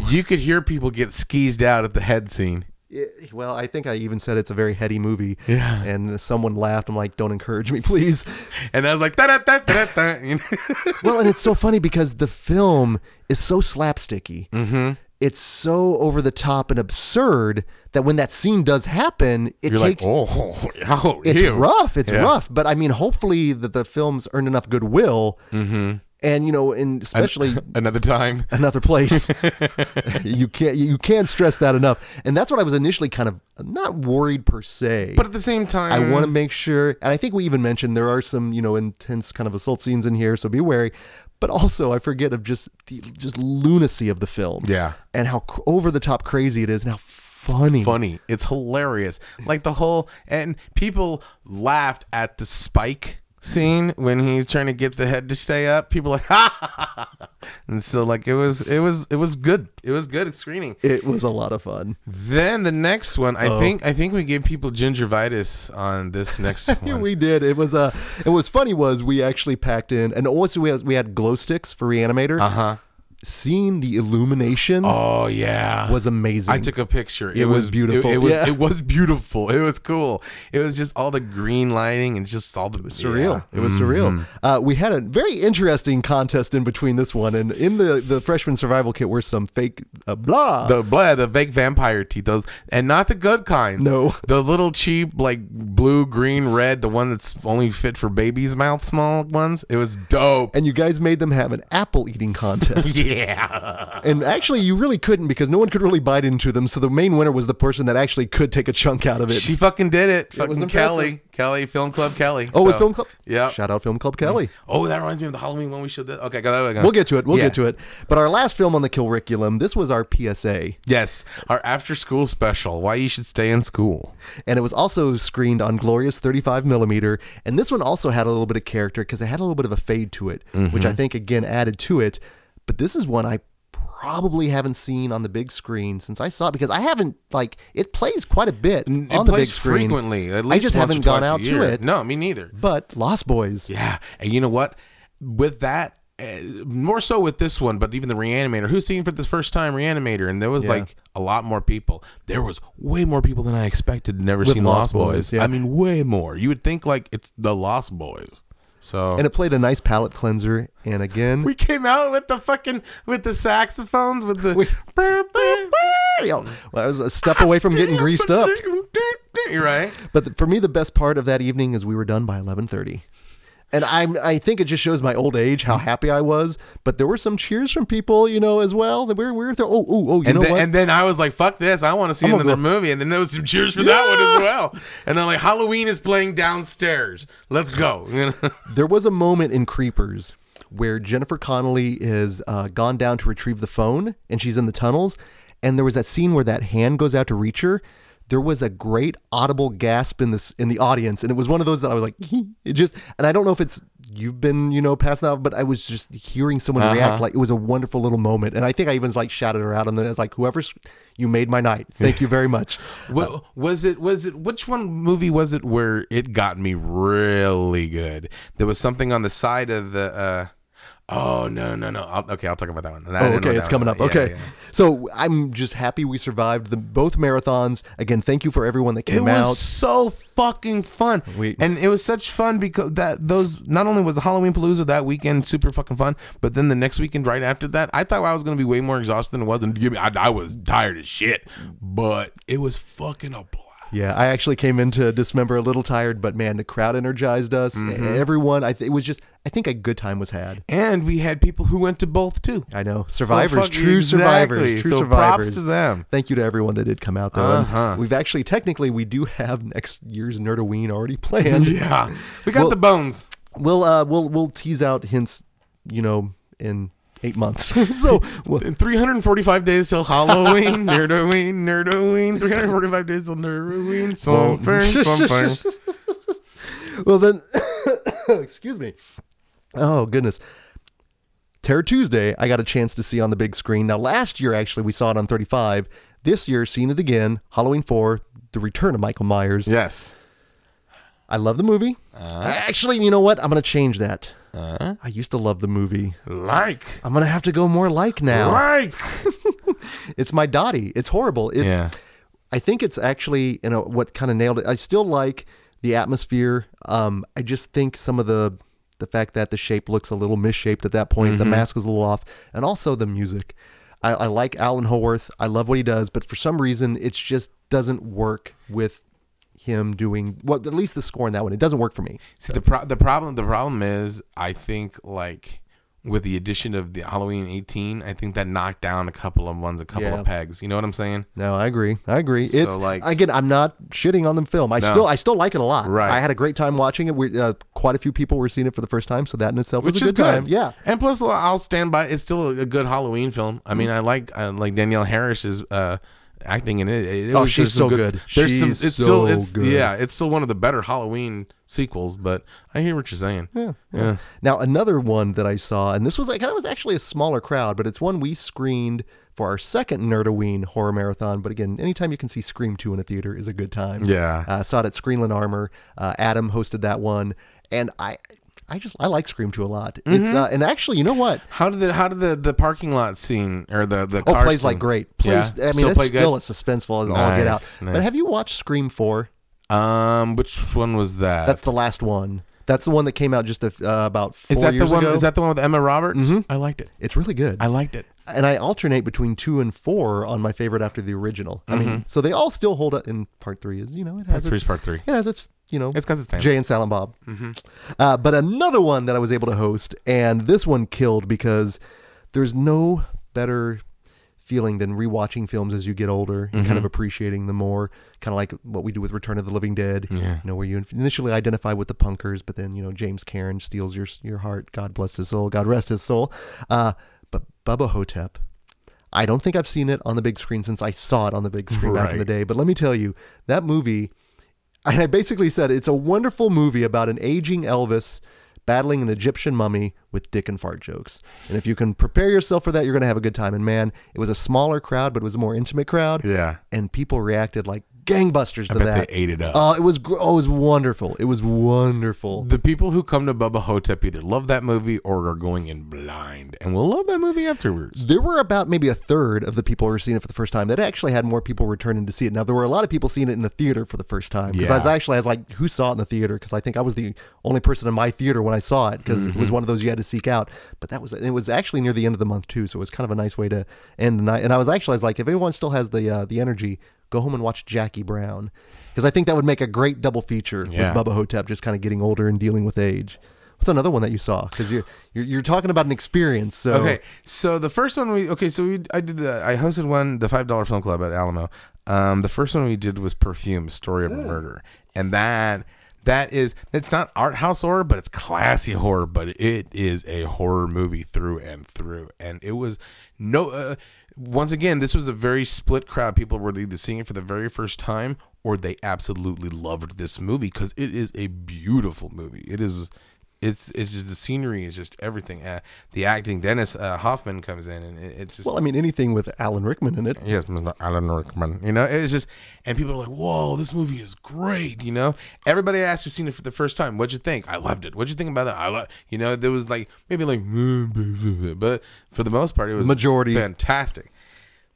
C: You could hear people get skeezed out at the head scene.
B: It- well, I think I even said it's a very heady movie,
C: Yeah.
B: and someone laughed. I'm like, don't encourage me, please.
C: And I was like, da da da da da. You know?
B: well, and it's so funny because the film is so slapsticky. Mm-hmm. It's so over the top and absurd that when that scene does happen, it
C: You're like,
B: takes.
C: oh, oh,
B: it's
C: ew."
B: rough. It's
C: Yeah.
B: rough. But I mean, hopefully that the films earned enough goodwill,
C: Mm-hmm.
B: and you know, and especially
C: Another time.
B: another place. you can't you can't stress that enough. And that's what I was initially kind of not worried per se.
C: But at the same time,
B: I want to make sure, and I think we even mentioned there are some, you know, intense kind of assault scenes in here, so be wary. But also, I forget of just the just lunacy of the film,
C: Yeah.
B: and how over the top crazy it is, and how funny.
C: funny. It's hilarious. Like the whole and people laughed at the spike scene when he's trying to get the head to stay up. People like ha, ha, ha, ha. and so like it was it was it was good. It was good screening.
B: It was a lot of fun.
C: Then the next one,
B: Oh.
C: I think I think we gave people gingivitis on this next
B: Yeah,
C: one.
B: we did. It was uh, it was funny. Was we actually packed in, and also we had, we had glow sticks for Reanimator. Uh huh. Seeing the illumination
C: Uh-huh. oh yeah.
B: was amazing.
C: I took a picture. It,
B: was beautiful.
C: It, it was
B: Yeah.
C: it was beautiful. It was cool. It was just all the green lighting and just all the
B: surreal. It was surreal.
C: Mm-hmm.
B: Uh, we had a very interesting contest in between this one, and in the the freshman survival kit were some fake uh, blah.
C: The blood, the fake vampire teeth, those, and not the good kind.
B: No.
C: the little cheap, like blue, green, red, the one that's only fit for babies' mouth, small ones. It was dope.
B: and you guys made them have an apple eating contest.
C: Yeah,
B: and actually, you really couldn't because no one could really bite into them. So the main winner was the person that actually could take a chunk out of it.
C: she fucking did it.
B: was
C: Fucking
B: impressive.
C: Kelly, Kelly, Film Club Kelly.
B: oh, it was
C: So,
B: Film Club?
C: Yeah.
B: Shout out Film Club Kelly.
C: Oh, that reminds me of the Halloween one we showed. That. Okay, go that way.
B: We'll get to it. We'll
C: Yeah.
B: get to it. But our last film on the curriculum, this was our PSA,
C: Yes, our after-school special. Why you should stay in school.
B: and it was also screened on glorious 35 millimeter and this one also had a little bit of character because it had a little bit of a fade to it which i
C: Mm-hmm.
B: think again added to it but this is one i probably haven't seen on the big screen since i saw it because i haven't like it plays quite a bit on
C: it
B: the big
C: plays
B: screen
C: frequently. At
B: i
C: least
B: just
C: once or
B: haven't gone
C: twice a
B: out to
C: year.
B: it
C: No, me neither.
B: but lost boys
C: Yeah, and you know what? With that, uh, more so with this one, but even the Reanimator. Who's seen for the first time Reanimator? And there was like a lot more people. There was way more people than I expected. Never seen
B: Lost
C: Lost, Boys.
B: Boys, yeah.
C: I mean, way more. You would think like it's the Lost Boys. So
B: and it played a nice palate cleanser and again
C: we came out with the fucking with the saxophones with the.
B: well, i was a step away from getting greased up
C: Right.
B: But th- for me, the best part of that evening is we were done by eleven thirty, and I'm I think it just shows my old age how happy I was. But there were some cheers from people, you know, as well. That we were, we were there. Oh, oh, oh, you
C: And,
B: know
C: then,
B: what?
C: and then I was like, "Fuck this! I want to see
B: I'm gonna
C: another
B: go-
C: movie." And then there was some cheers for that one as well. And I'm like, "Halloween is playing downstairs. Let's go!" You know?
B: there was a moment in Creepers where Jennifer Connelly is uh, gone down to retrieve the phone, and she's in the tunnels, and there was that scene where that hand goes out to reach her. there was a great audible gasp in this in the audience, and it was one of those that I was like, it just. And I don't know if it's you've been you know passing out, but I was just hearing someone react like it was a wonderful little moment, and I think I even like shouted her out, and then I was like, whoever you made my night, thank you very much.
C: Wa- was it was it which one movie was it where it got me really good? There was something on the side of the. Uh, oh no no no! I'll, okay, I'll talk about that one. I didn't
B: Oh,
C: know
B: okay,
C: that
B: it's
C: one.
B: coming up.
C: Yeah,
B: okay,
C: yeah.
B: so I'm just happy we survived the both marathons. Again, thank you for everyone that
C: It
B: came
C: was
B: out.
C: so fucking fun,
B: We-
C: and it was such fun because that those not only was the Halloween Palooza that weekend super fucking fun, but then the next weekend right after that, I thought I was gonna be way more exhausted than it was, and give me, I, I was tired as shit, but it was fucking a blast.
B: Yeah, I actually came into Dismember a little tired, but man, the crowd energized us. E,
C: Mm-hmm.
B: Everyone, I th- it was just, I think a good time was had.
C: And we had people who went to both too.
B: I know survivors,
C: fuck-
B: true survivors,
C: exactly.
B: true
C: So props
B: survivors.
C: to them. Uh-huh.
B: Thank you to everyone that did come out though. And We've actually technically we do have next year's Nerdoween already planned.
C: Yeah, we got
B: Well-
C: the bones.
B: We'll uh, we'll we'll tease out hints, you know, in eight months. so we'll,
C: In 345 days till Halloween, Nerdoween, Nerdoween, 345 days till Nerdoween, something, something.
B: well then, excuse me. Oh goodness. Terror Tuesday, I got a chance to see on the big screen. Now, last year, actually, we saw it on 35. This year, seen it again, Halloween 4, The Return of Michael Myers.
C: Yes.
B: I love the movie. Actually, you know what? I'm going to change that. I used to love the movie.
C: Like.
B: I'm going to have to go more like now.
C: Like.
B: It's my Dottie. It's horrible. It's
C: Yeah.
B: I think it's actually you know what kind of nailed it. I still like the atmosphere. Um, I just think some of the the fact that the shape looks a little misshaped at that point,
C: Mm-hmm.
B: the mask is a little off, and also the music. I, I like Alan Howarth. I love what he does, but for some reason, it just doesn't work with him doing well. At least the score in that one, it doesn't work for me.
C: See the pro- the problem the problem is I think like with the addition of the Halloween 18, I think that knocked down a couple of ones, a couple
B: Yeah.
C: of pegs. You know what I'm saying?
B: No, I agree. I agree.
C: So,
B: it's
C: like-
B: like again, I'm not shitting on the film. I still, I still like it a lot.
C: Right.
B: I had a great time watching it. We, uh, quite a few people were seeing it for the first time, so that in itself was a good, time. Yeah.
C: And plus, well, I'll stand by. It's still a, a good Halloween film. I
B: Mm-hmm.
C: mean, I like I like Danielle Harris is uh, acting in it. It- it
B: Oh,
C: was
B: she's
C: just some
B: so good.
C: There's some. It's
B: She's so
C: still. It's
B: good.
C: yeah. It's still one of the better Halloween sequels. But I hear what you're saying. Yeah. Yeah.
B: Now another one that I saw, and this was like, kind of was actually a smaller crowd, but it's one we screened for our second Nerdoween horror marathon. But again, anytime you can see Scream two in a theater is a good time.
C: Yeah.
B: uh, saw it at Screenland Armor. Uh, Adam hosted that one, and I, I just I like Scream two a lot. It's
C: Mm-hmm.
B: uh, and actually, you know what?
C: How did the how did the, the parking lot scene or the the
B: Oh,
C: car
B: plays like
C: scene-
B: great. Plays.
C: Yeah.
B: I mean,
C: Still
B: it's
C: play good?
B: still as suspenseful as all get out.
C: Nice,
B: But
C: nice.
B: have you watched Scream Four?
C: Um, which one was that?
B: That's the last one. That's the one that came out just a, f- uh, about four
C: Is that the
B: years
C: one?
B: ago. Mm-hmm.
C: Is that the one with Emma Roberts? I liked it.
B: it's really good.
C: I liked it.
B: and I alternate between two and four on my favorite after the original. I mean, so they all still hold up. And part three is, you know, it has
C: Three's
B: its,
C: Mm-hmm. part three.
B: it has its, you know,
C: It's got its time.
B: Jay and Silent Bob.
C: Mm-hmm.
B: Uh, but another one that I was able to host, and this one killed because there's no better feeling than rewatching films as you get older and
C: Mm-hmm.
B: kind of appreciating them more. Kind of like what we do with Return of the Living Dead.
C: Yeah.
B: You know, where you in- initially identify with the punkers, but then you know James Karen steals your your heart. God bless his soul. God rest his soul. Uh, but Bubba Hotep. I don't think I've seen it on the big screen since I saw it on the big screen back in the
C: Right.
B: day. But let me tell you, that movie and I basically said it's a wonderful movie about an aging Elvis battling an Egyptian mummy with dick and fart jokes. And if you can prepare yourself for that, you're going to have a good time. And man, it was a smaller crowd, but it was a more intimate crowd.
C: Yeah.
B: And people reacted like gangbusters to
C: bet
B: that.
C: they ate it up.
B: Oh, it was gr- oh, it was wonderful. It was wonderful.
C: The people who come to Bubba Hotep either love that movie or are going in blind, and will love that movie afterwards.
B: There were about maybe a third of the people who were seeing it for the first time that actually had more people returning to see it. Now there were a lot of people seeing it in the theater for the first time because I was
C: Yeah.
B: actually I was like, who saw it in the theater? Because I think I was the only person in my theater when I saw it because it was
C: Mm-hmm.
B: one of those you had to seek out. But that was and it was actually near the end of the month too, so it was kind of a nice way to end the night. And I was actually I was like, if anyone still has the uh, the energy, go home and watch Jackie Brown because I think that would make a great double feature
C: Yeah.
B: with Bubba Hotep just kind of getting older and dealing with age. What's another one that you saw? Because you're, you're you're talking about an experience. So
C: Okay, so the first one we okay, so we I did the, I hosted one the five dollar film club at Alamo. Um, the first one we did was Perfume: Story of a Murder, and that that is it's not art house horror, but it's classy horror. But it is a horror movie through and through, and it was no. Uh, once again, this was a very split crowd. People were either seeing it for the very first time or they absolutely loved this movie because it is a beautiful movie. It is. It's, it's just the scenery is just everything. Uh, the acting, Dennis uh, Hoffman comes in, and it, it's just
B: Well, I mean, anything with Alan Rickman in it.
C: Yes, Mr. Alan Rickman. You know, it's just, and people are like, "Whoa, this movie is great!" You know, everybody I asked who's seen it for the first time, "What'd you think?" I loved it. What'd you think about it? I love. You know, there was like maybe like, but for the most part, it was
B: Majority.
C: fantastic.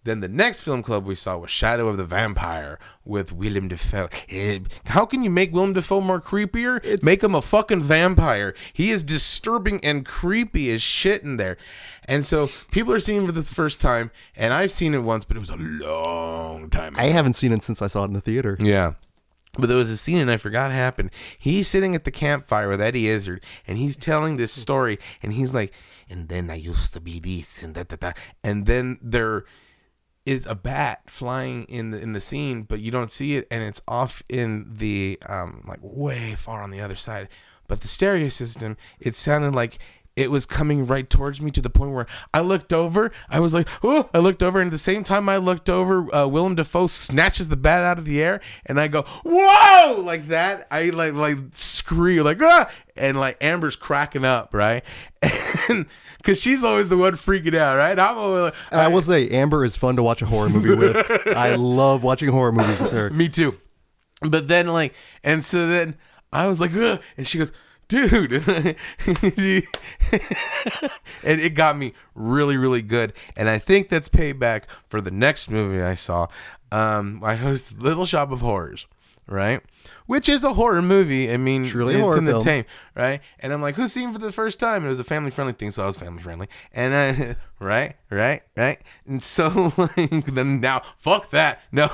C: Then the next film club we saw was Shadow of the Vampire with Willem Dafoe. Eh, How can you make Willem Dafoe more creepier? make him a fucking vampire. He is disturbing and creepy as shit in there. And so people are seeing it for the first time, and I've seen it once, but it was a long time ago.
B: I haven't seen it since I saw it in the theater.
C: Yeah. But there was a scene, and I forgot happened. He's sitting at the campfire with Eddie Izzard, and he's telling this story, and he's like, "And then I used to be this, and da da da." And then there is a bat flying in the in the scene, but you don't see it, and it's off in the um like way far on the other side. But the stereo system, it sounded like it was coming right towards me to the point where I looked over. I was like, oh, I looked over. And at the same time I looked over, uh, Willem Dafoe snatches the bat out of the air. And I go, whoa, like that. I like, like scream, like, ah. And like Amber's cracking up, right? And because she's always the one freaking out, right? I'm always like,
B: And I will say, Amber is fun to watch a horror movie with. I love watching horror movies with her.
C: Me too. But then like, and so then I was like, Ugh, and she goes, dude, She- and it got me really, really good. And I think that's payback for the next movie I saw. Um, I hosted Little Shop of Horrors, right? Which is a horror movie. I mean,
B: really a
C: it's
B: horror
C: in the
B: film.
C: tame, right? And I'm like, who's seen it for the first time? It was a family friendly thing, so I was family friendly. And I, right, right, right. And so like, then now, fuck that. No,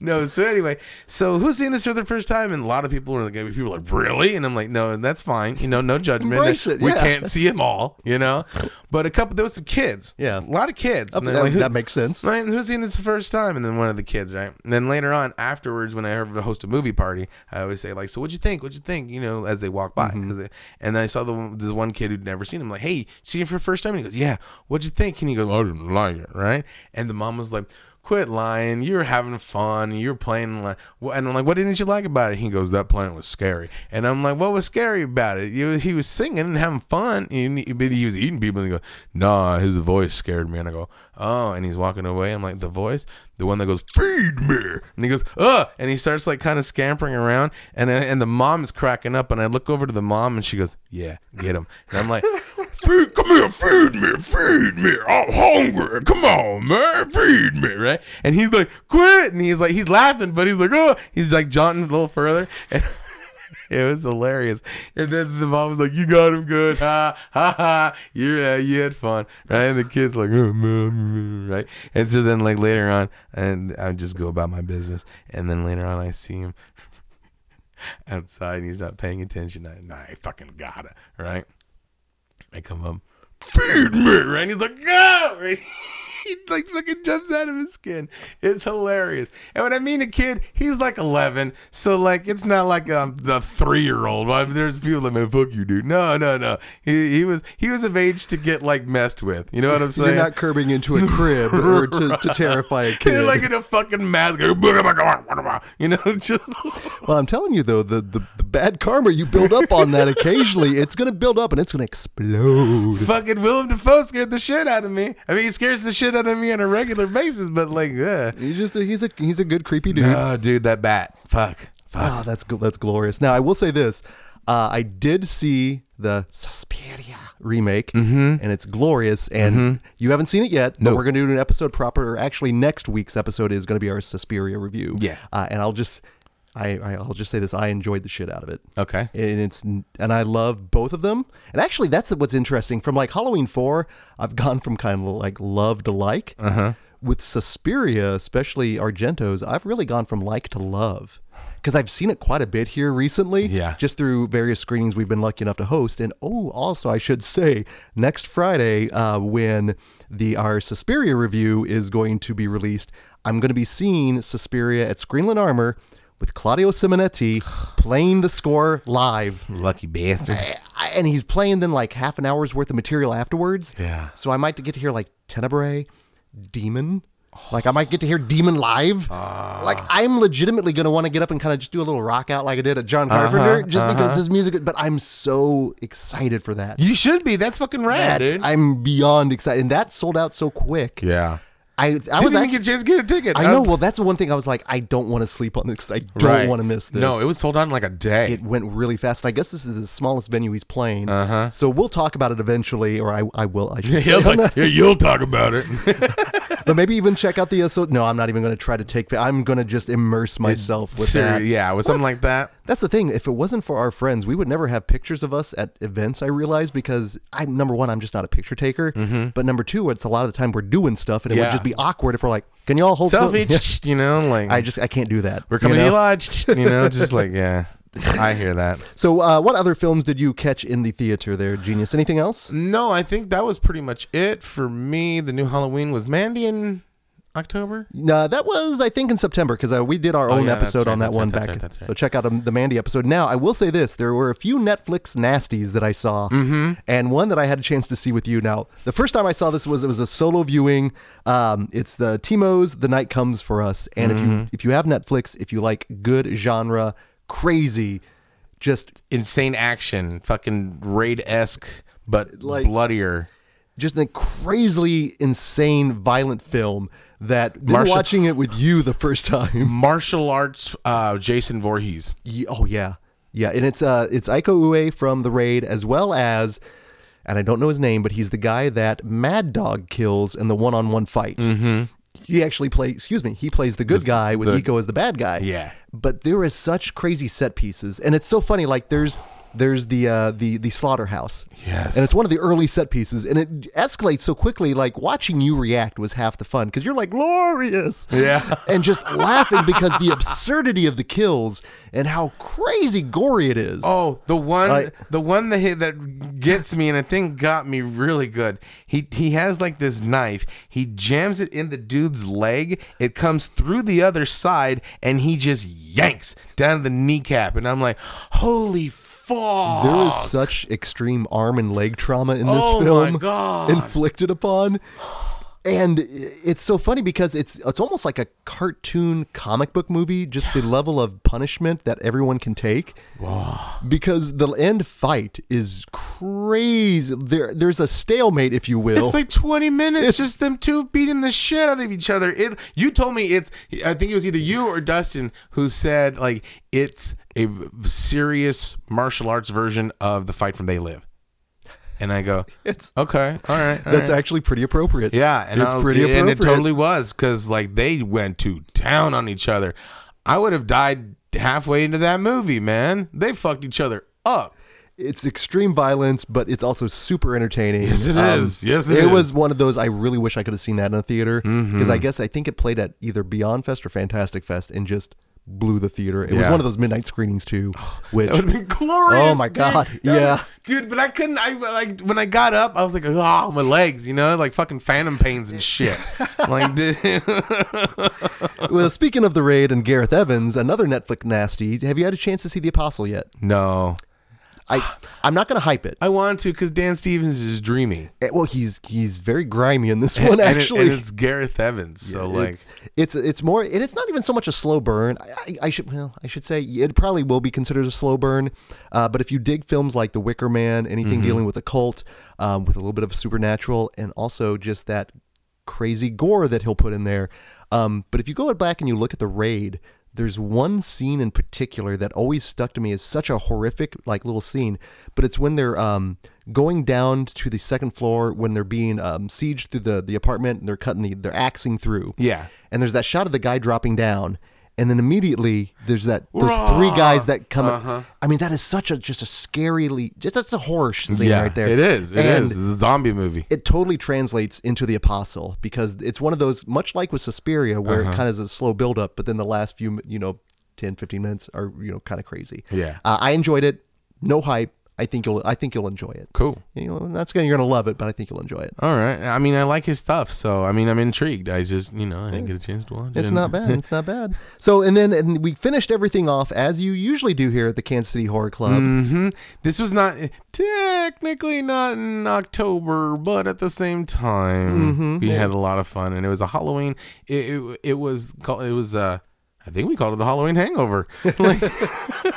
C: no. So anyway, so who's seen this for the first time? And a lot of people are like, people are like, really? And I'm like, no, that's fine. You know, no judgment.
B: Embrace it,
C: we
B: yeah.
C: can't see them all, you know. But a couple, there was some kids.
B: Yeah.
C: a lot of kids. And they're
B: That,
C: like, who-
B: that makes sense.
C: Right, and who's seen this the first time? And then one of the kids, right? And then later on, afterwards, when I ever host a movie party, I always say like, "So what'd you think? What'd you think?" You know, as they walk by.
B: Mm-hmm.
C: 'Cause they- and then I saw the one- this one kid who'd never seen him. Like, "Hey, seen it for the first time?" And he goes, "Yeah." What'd you think? And he goes, "Oh, "I didn't like it." Right? And the mom was like. Quit lying. You were having fun. You were playing. Like, wh- and I'm like, what didn't you like about it? He goes, that plant was scary. And I'm like, what was scary about it? He was, he was singing and having fun. And he, but he was eating people. And he goes, nah, his voice scared me. And I go, oh. And he's walking away. I'm like, the voice, the one that goes, feed me. And he goes, uh. And he starts like kind of scampering around. And I- and the mom is cracking up. And I look over to the mom and she goes, yeah, get him. And I'm like, feed, come here, feed me, feed me. I'm hungry. Come on, man, feed me, right? And he's like, quit. And he's like, he's laughing, but he's like, oh, he's like jaunting a little further. And it was hilarious. And then the mom was like, "You got him good, ha ha ha! You uh, you had fun, right?" And the kids like, "Oh, mom," right? And so then like later on, and I would just go about my business, and then later on I see him outside, and he's not paying attention. I, nah, I fucking gotta, right? I come up, feed me, right? And he's like, go, right? He like fucking jumps out of his skin. It's hilarious. And when I mean a kid, he's like 11, so like it's not like um the three year old. There's people that man, fuck you, dude. No, no, no. He, he was he was of age to get like messed with. You know what I'm saying?
B: You're not curbing into a crib or to, to terrify a
C: They're
B: kid.
C: like in a fucking mask. You know, just
B: well, I'm telling you though, the, the, the bad karma you build up on that occasionally, it's going to build up and it's going to explode.
C: fucking Willem Dafoe scared the shit out of me. I mean, he scares the shit out of me on a regular basis, but like, uh,
B: He's just a, he's a he's a good creepy dude.
C: oh, dude, that bat. Fuck. Fuck.
B: Ah, that's gl- that's glorious. Now I will say this: uh, I did see the Suspiria remake,
C: Mm-hmm.
B: and it's glorious. And you haven't seen it yet, but we're going to do an episode proper. Actually, next week's episode is going to be our Suspiria review.
C: Yeah.
B: uh, and I'll just. I, I- I'll just say this: I enjoyed the shit out of it.
C: Okay.
B: and it's and I love both of them. And actually, that's what's interesting. From like Halloween four, I've gone from kind of like love to like. Uh-huh. With Suspiria, especially Argento's, I've really gone from like to love because I've seen it quite a bit here recently.
C: Yeah.
B: just through various screenings we've been lucky enough to host. And oh, also I should say, next Friday uh, when the our Suspiria review is going to be released, I'm going to be seeing Suspiria at Screenland Armor. With Claudio Simonetti playing the score live,
C: Lucky bastard.
B: I, I and he's playing then like half an hour's worth of material afterwards.
C: Yeah.
B: So I might get to hear like Tenebrae, Demon. Like I might get to hear Demon live.
C: Ah.
B: like I'm legitimately gonna want to get up and kind of just do a little rock out like I did at John
C: Uh-huh,
B: Carpenter, just because his music. But I'm so excited for that.
C: You should be. That's fucking rad,
B: That's-
C: dude.
B: I'm beyond excited, and that sold out so quick.
C: yeah.
B: I I
C: I
B: was
C: didn't
B: actually,
C: even get a chance to get a ticket.
B: I know.
C: was-
B: Well, that's the one thing I was like, I don't want to sleep on this 'cause I don't
C: Right.
B: want to miss this.
C: No, it was sold out in like a day.
B: it went really fast. And I guess this is the smallest venue he's playing. Uh-huh. So we'll talk about it eventually, or I, I will, I should say.
C: He'll like, "Yeah, you'll talk about it.
B: but maybe even check out the. Uh, so, no, I'm not even going to try to take. I'm going to just immerse myself with
C: Sure,
B: that.
C: yeah, with something like that.
B: That's the thing. If it wasn't for our friends, we would never have pictures of us at events. I realize because I number one, I'm just not a picture taker. But number two, it's a lot of the time we're doing stuff, and it
C: Mm-hmm. Yeah.
B: would just be awkward if we're like, "Can you all hold some-"
C: Selfie,
B: Yeah.
C: you know, like
B: I just I can't do that.
C: we're coming
B: you know?
C: to your lodge, you know, just like yeah. I hear that.
B: So, uh, what other films did you catch in the theater there, Genius? Anything else?
C: No, I think that was pretty much it for me. The new Halloween was Mandy in October.
B: Nah, that was I think in September because uh, we did our own
C: Oh, yeah, that's
B: episode
C: right,
B: on that
C: that's
B: one
C: right, that's
B: back.
C: right, that's right.
B: So check out um, the Mandy episode. Now I will say this: there were a few Netflix nasties that I saw,
C: Mm-hmm.
B: and one that I had a chance to see with you. Now the first time I saw this was it was a solo viewing. Um, it's the Timo's "The Night Comes for Us," and if
C: Mm-hmm.
B: you if you have Netflix, if you like good genre, crazy, just
C: Insane action, fucking raid esque, but
B: Like-
C: bloodier.
B: just a crazily insane violent film that then
C: Martial-
B: watching it with you the first time.
C: Martial arts, uh, Jason Voorhees.
B: Ye- oh yeah. Yeah, and it's uh it's Aiko Ue from The Raid as well as and I don't know his name, but he's the guy that Mad Dog kills in the one-on-one fight. Mm-hmm. He actually plays, excuse me, he plays the good guy with
C: the-
B: Iko as the bad guy.
C: Yeah.
B: But there is such crazy set pieces, and it's so funny. Like there's there's the uh, the the slaughterhouse.
C: Yes.
B: And it's one of the early set pieces, and it escalates so quickly. Like watching you react was half the fun because you're like glorious.
C: Yeah.
B: And just laughing because the absurdity of the kills and how crazy gory it is.
C: Oh, the one,
B: Like-
C: the one that hit, that gets me, and I think got me really good. He he has like this knife. He jams it in the dude's leg. It comes through the other side, and he just yanks down to the kneecap. And I'm like, holy fuck!
B: There is such extreme arm and leg trauma in this
C: Oh my
B: film
C: God.
B: inflicted upon. And i- it's so funny because it's it's almost like a cartoon comic book movie, just the level of punishment that everyone can take. Because the end fight is crazy. There there's a stalemate, if you will.
C: It's like 20 minutes,
B: It's-
C: just them two beating the shit out of each other. It. You told me it's. I think it was either you or Dustin who said like it's a serious martial arts version of the fight from They Live. And I go,
B: It's-
C: okay, all right, all
B: That's
C: right."
B: actually pretty appropriate.
C: yeah, and I
B: it's
C: was-
B: pretty appropriate.
C: and it totally was because like they went to town on each other. I would have died halfway into that movie, man. They fucked each other up.
B: it's extreme violence, but it's also super entertaining. Um,
C: Yes, it
B: it is.
C: is. Yes, it is. Mm-hmm.
B: was one of those I really wish I could have seen that in a theater because I guess I think it played at either Beyond Fest or Fantastic Fest and just blew the theater. It was
C: Yeah.
B: one of those midnight screenings too, which
C: That would have been glorious.
B: Oh my
C: dude.
B: God,
C: That would've-
B: yeah.
C: dude. But I couldn't. I like when I got up, I was like, oh, my legs, you know, like fucking phantom pains and shit. like, dude,
B: well, speaking of the raid and Gareth Evans, another Netflix nasty. Have you had a chance to see The Apostle yet?
C: no.
B: I I'm not going to hype it.
C: I want to because Dan Stevens is dreamy.
B: Eh, Well, he's he's very grimy in this one
C: And it-
B: actually.
C: and it's Gareth Evans. So like,
B: it's, it's it's more and it's not even so much a slow burn. I, I, I should well I should say it probably will be considered a slow burn, uh, but if you dig films like The Wicker Man, anything dealing with a cult, um, with a little bit of supernatural, and also just that crazy gore that he'll put in there. Um, but if you go back and you look at the raid, there's one scene in particular that always stuck to me as such a horrific like little scene but it's when they're um, going down to the second floor when they're being um, sieged through the, the apartment and they're cutting the they're axing through
C: Yeah.
B: and there's that shot of the guy dropping down and then immediately there's that those three guys that come
C: Uh-huh.
B: i mean that is such a just a scarily just that's a horror scene
C: yeah,
B: right there
C: It is. It is.
B: and
C: It's a zombie movie.
B: it totally translates into the apostle because it's one of those much like with Suspiria where
C: Uh-huh.
B: it kind of is a slow build up but then the last few you know 10 15 minutes are you know kind of crazy
C: Yeah.
B: uh, i enjoyed it no hype I think you'll I think you'll enjoy it.
C: Cool.
B: You know, that's gonna you're gonna love it, but I think you'll enjoy it.
C: All right. I mean, I like his stuff, so I mean, I'm intrigued. I just, you know, I didn't get a chance to watch it.
B: It's not bad. It's not bad. So, and then and we finished everything off as you usually do here at the Kansas City Horror Club.
C: hmm This was not technically not in October, but at the same time, we had a lot of fun, and it was a Halloween. It it, it was called. It was uh, I think we called it the Halloween Hangover, like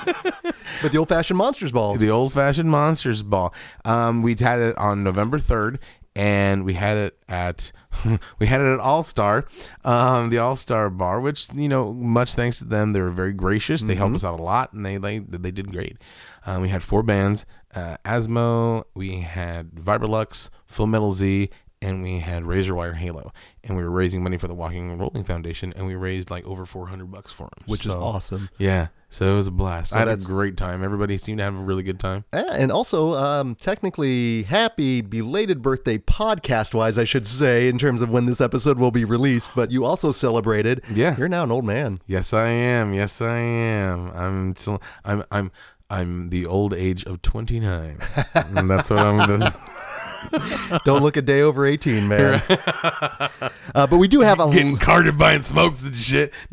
B: with the old-fashioned monsters ball.
C: the old fashioned monsters ball. Um, we had it on November third. And we had it at we had it at All Star, um, the All Star Bar, which you know, much thanks to them, they were very gracious. They
B: Mm-hmm.
C: helped us out a lot, and they they, they did great. Um, we had four bands: uh, Asmo, we had Vibrolux, Full Metal Z, and we had Razor Wire Halo. And we were raising money for the Walking and Rolling Foundation, and we raised like over four hundred bucks for them,
B: Which is awesome.
C: yeah. So it was a blast. I had a
B: that's-
C: great time. Everybody seemed to have a really good time.
B: Yeah, Ah, and also, um, technically, happy belated birthday podcast wise, I should say, in terms of when this episode will be released. But you also celebrated.
C: Yeah.
B: You're now an old man.
C: Yes, I am. Yes, I am. I'm still, I'm I'm I'm the old age of 29. and that's what I'm that's,
B: Don't look a day over 18, man. uh, but we do have a.
C: getting carded buying smokes and shit.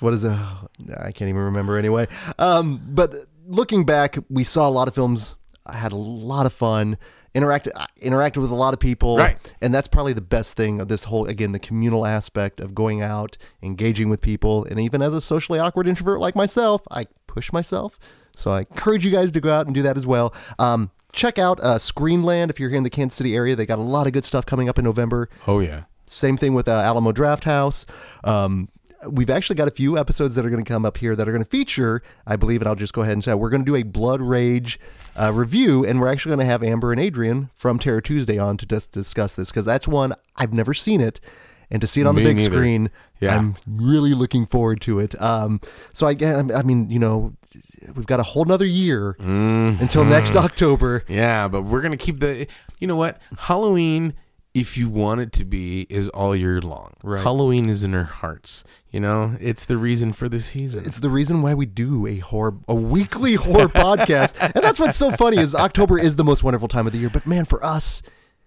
B: what is it? I can't even remember anyway. Um, but looking back, we saw a lot of films. I had a lot of fun. Interacted I interacted with a lot of people,
C: Right.
B: And that's probably the best thing of this whole again the communal aspect of going out, engaging with people, and even as a socially awkward introvert like myself, I push myself. So I encourage you guys to go out and do that as well. Um, check out uh, Screenland if you're here in the Kansas City area. They got a lot of good stuff coming up in November.
C: Oh yeah.
B: Same thing with uh, Alamo Draft House. Um, we've actually got a few episodes that are going to come up here that are going to feature, I believe, and I'll just go ahead and say we're going to do a Blood Rage uh, review, and we're actually going to have Amber and Adrian from Terror Tuesday on to just discuss this because that's one I've never seen it, and to see it on
C: Me
B: the big
C: neither.
B: screen,
C: Yeah.
B: I'm really looking forward to it. Um, so I, I mean, you know, we've got a whole nother year
C: Mm-hmm.
B: until next October.
C: Yeah, but we're going to keep the You know what? Halloween if you want it to be is all year long. Right. Halloween is in our hearts, you know? It's the reason for the season.
B: It's the reason why we do a horror, a weekly horror podcast, and that's what's so funny is October is the most wonderful time of the year. But man, for us,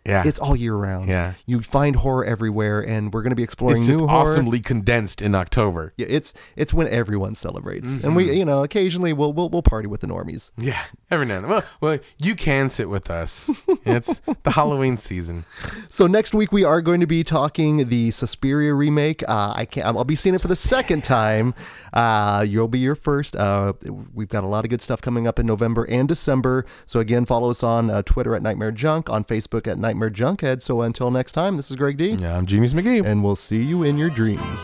C: yeah.
B: it's all year round.
C: Yeah.
B: you find horror everywhere, and we're going to be exploring
C: it's
B: new
C: just
B: horror.
C: awesomely condensed in October.
B: Yeah, it's it's when everyone celebrates, and
C: Mm-hmm.
B: we you know occasionally we'll we'll, we'll party with the normies.
C: Yeah, every now and then. Well, well, you can sit with us. It's the Halloween season.
B: So next week we are going to be talking the Suspiria remake. Uh, I can not I'll be seeing it for the second time. Uh, you'll be your first. Uh, we've got a lot of good stuff coming up in November and December. So again, follow us on uh, Twitter at Nightmare Junk, on Facebook at Nightmare Junkhead. So until next time, this is Greg D,
C: Yeah, I'm Genius McGee.
B: and we'll see you in your dreams.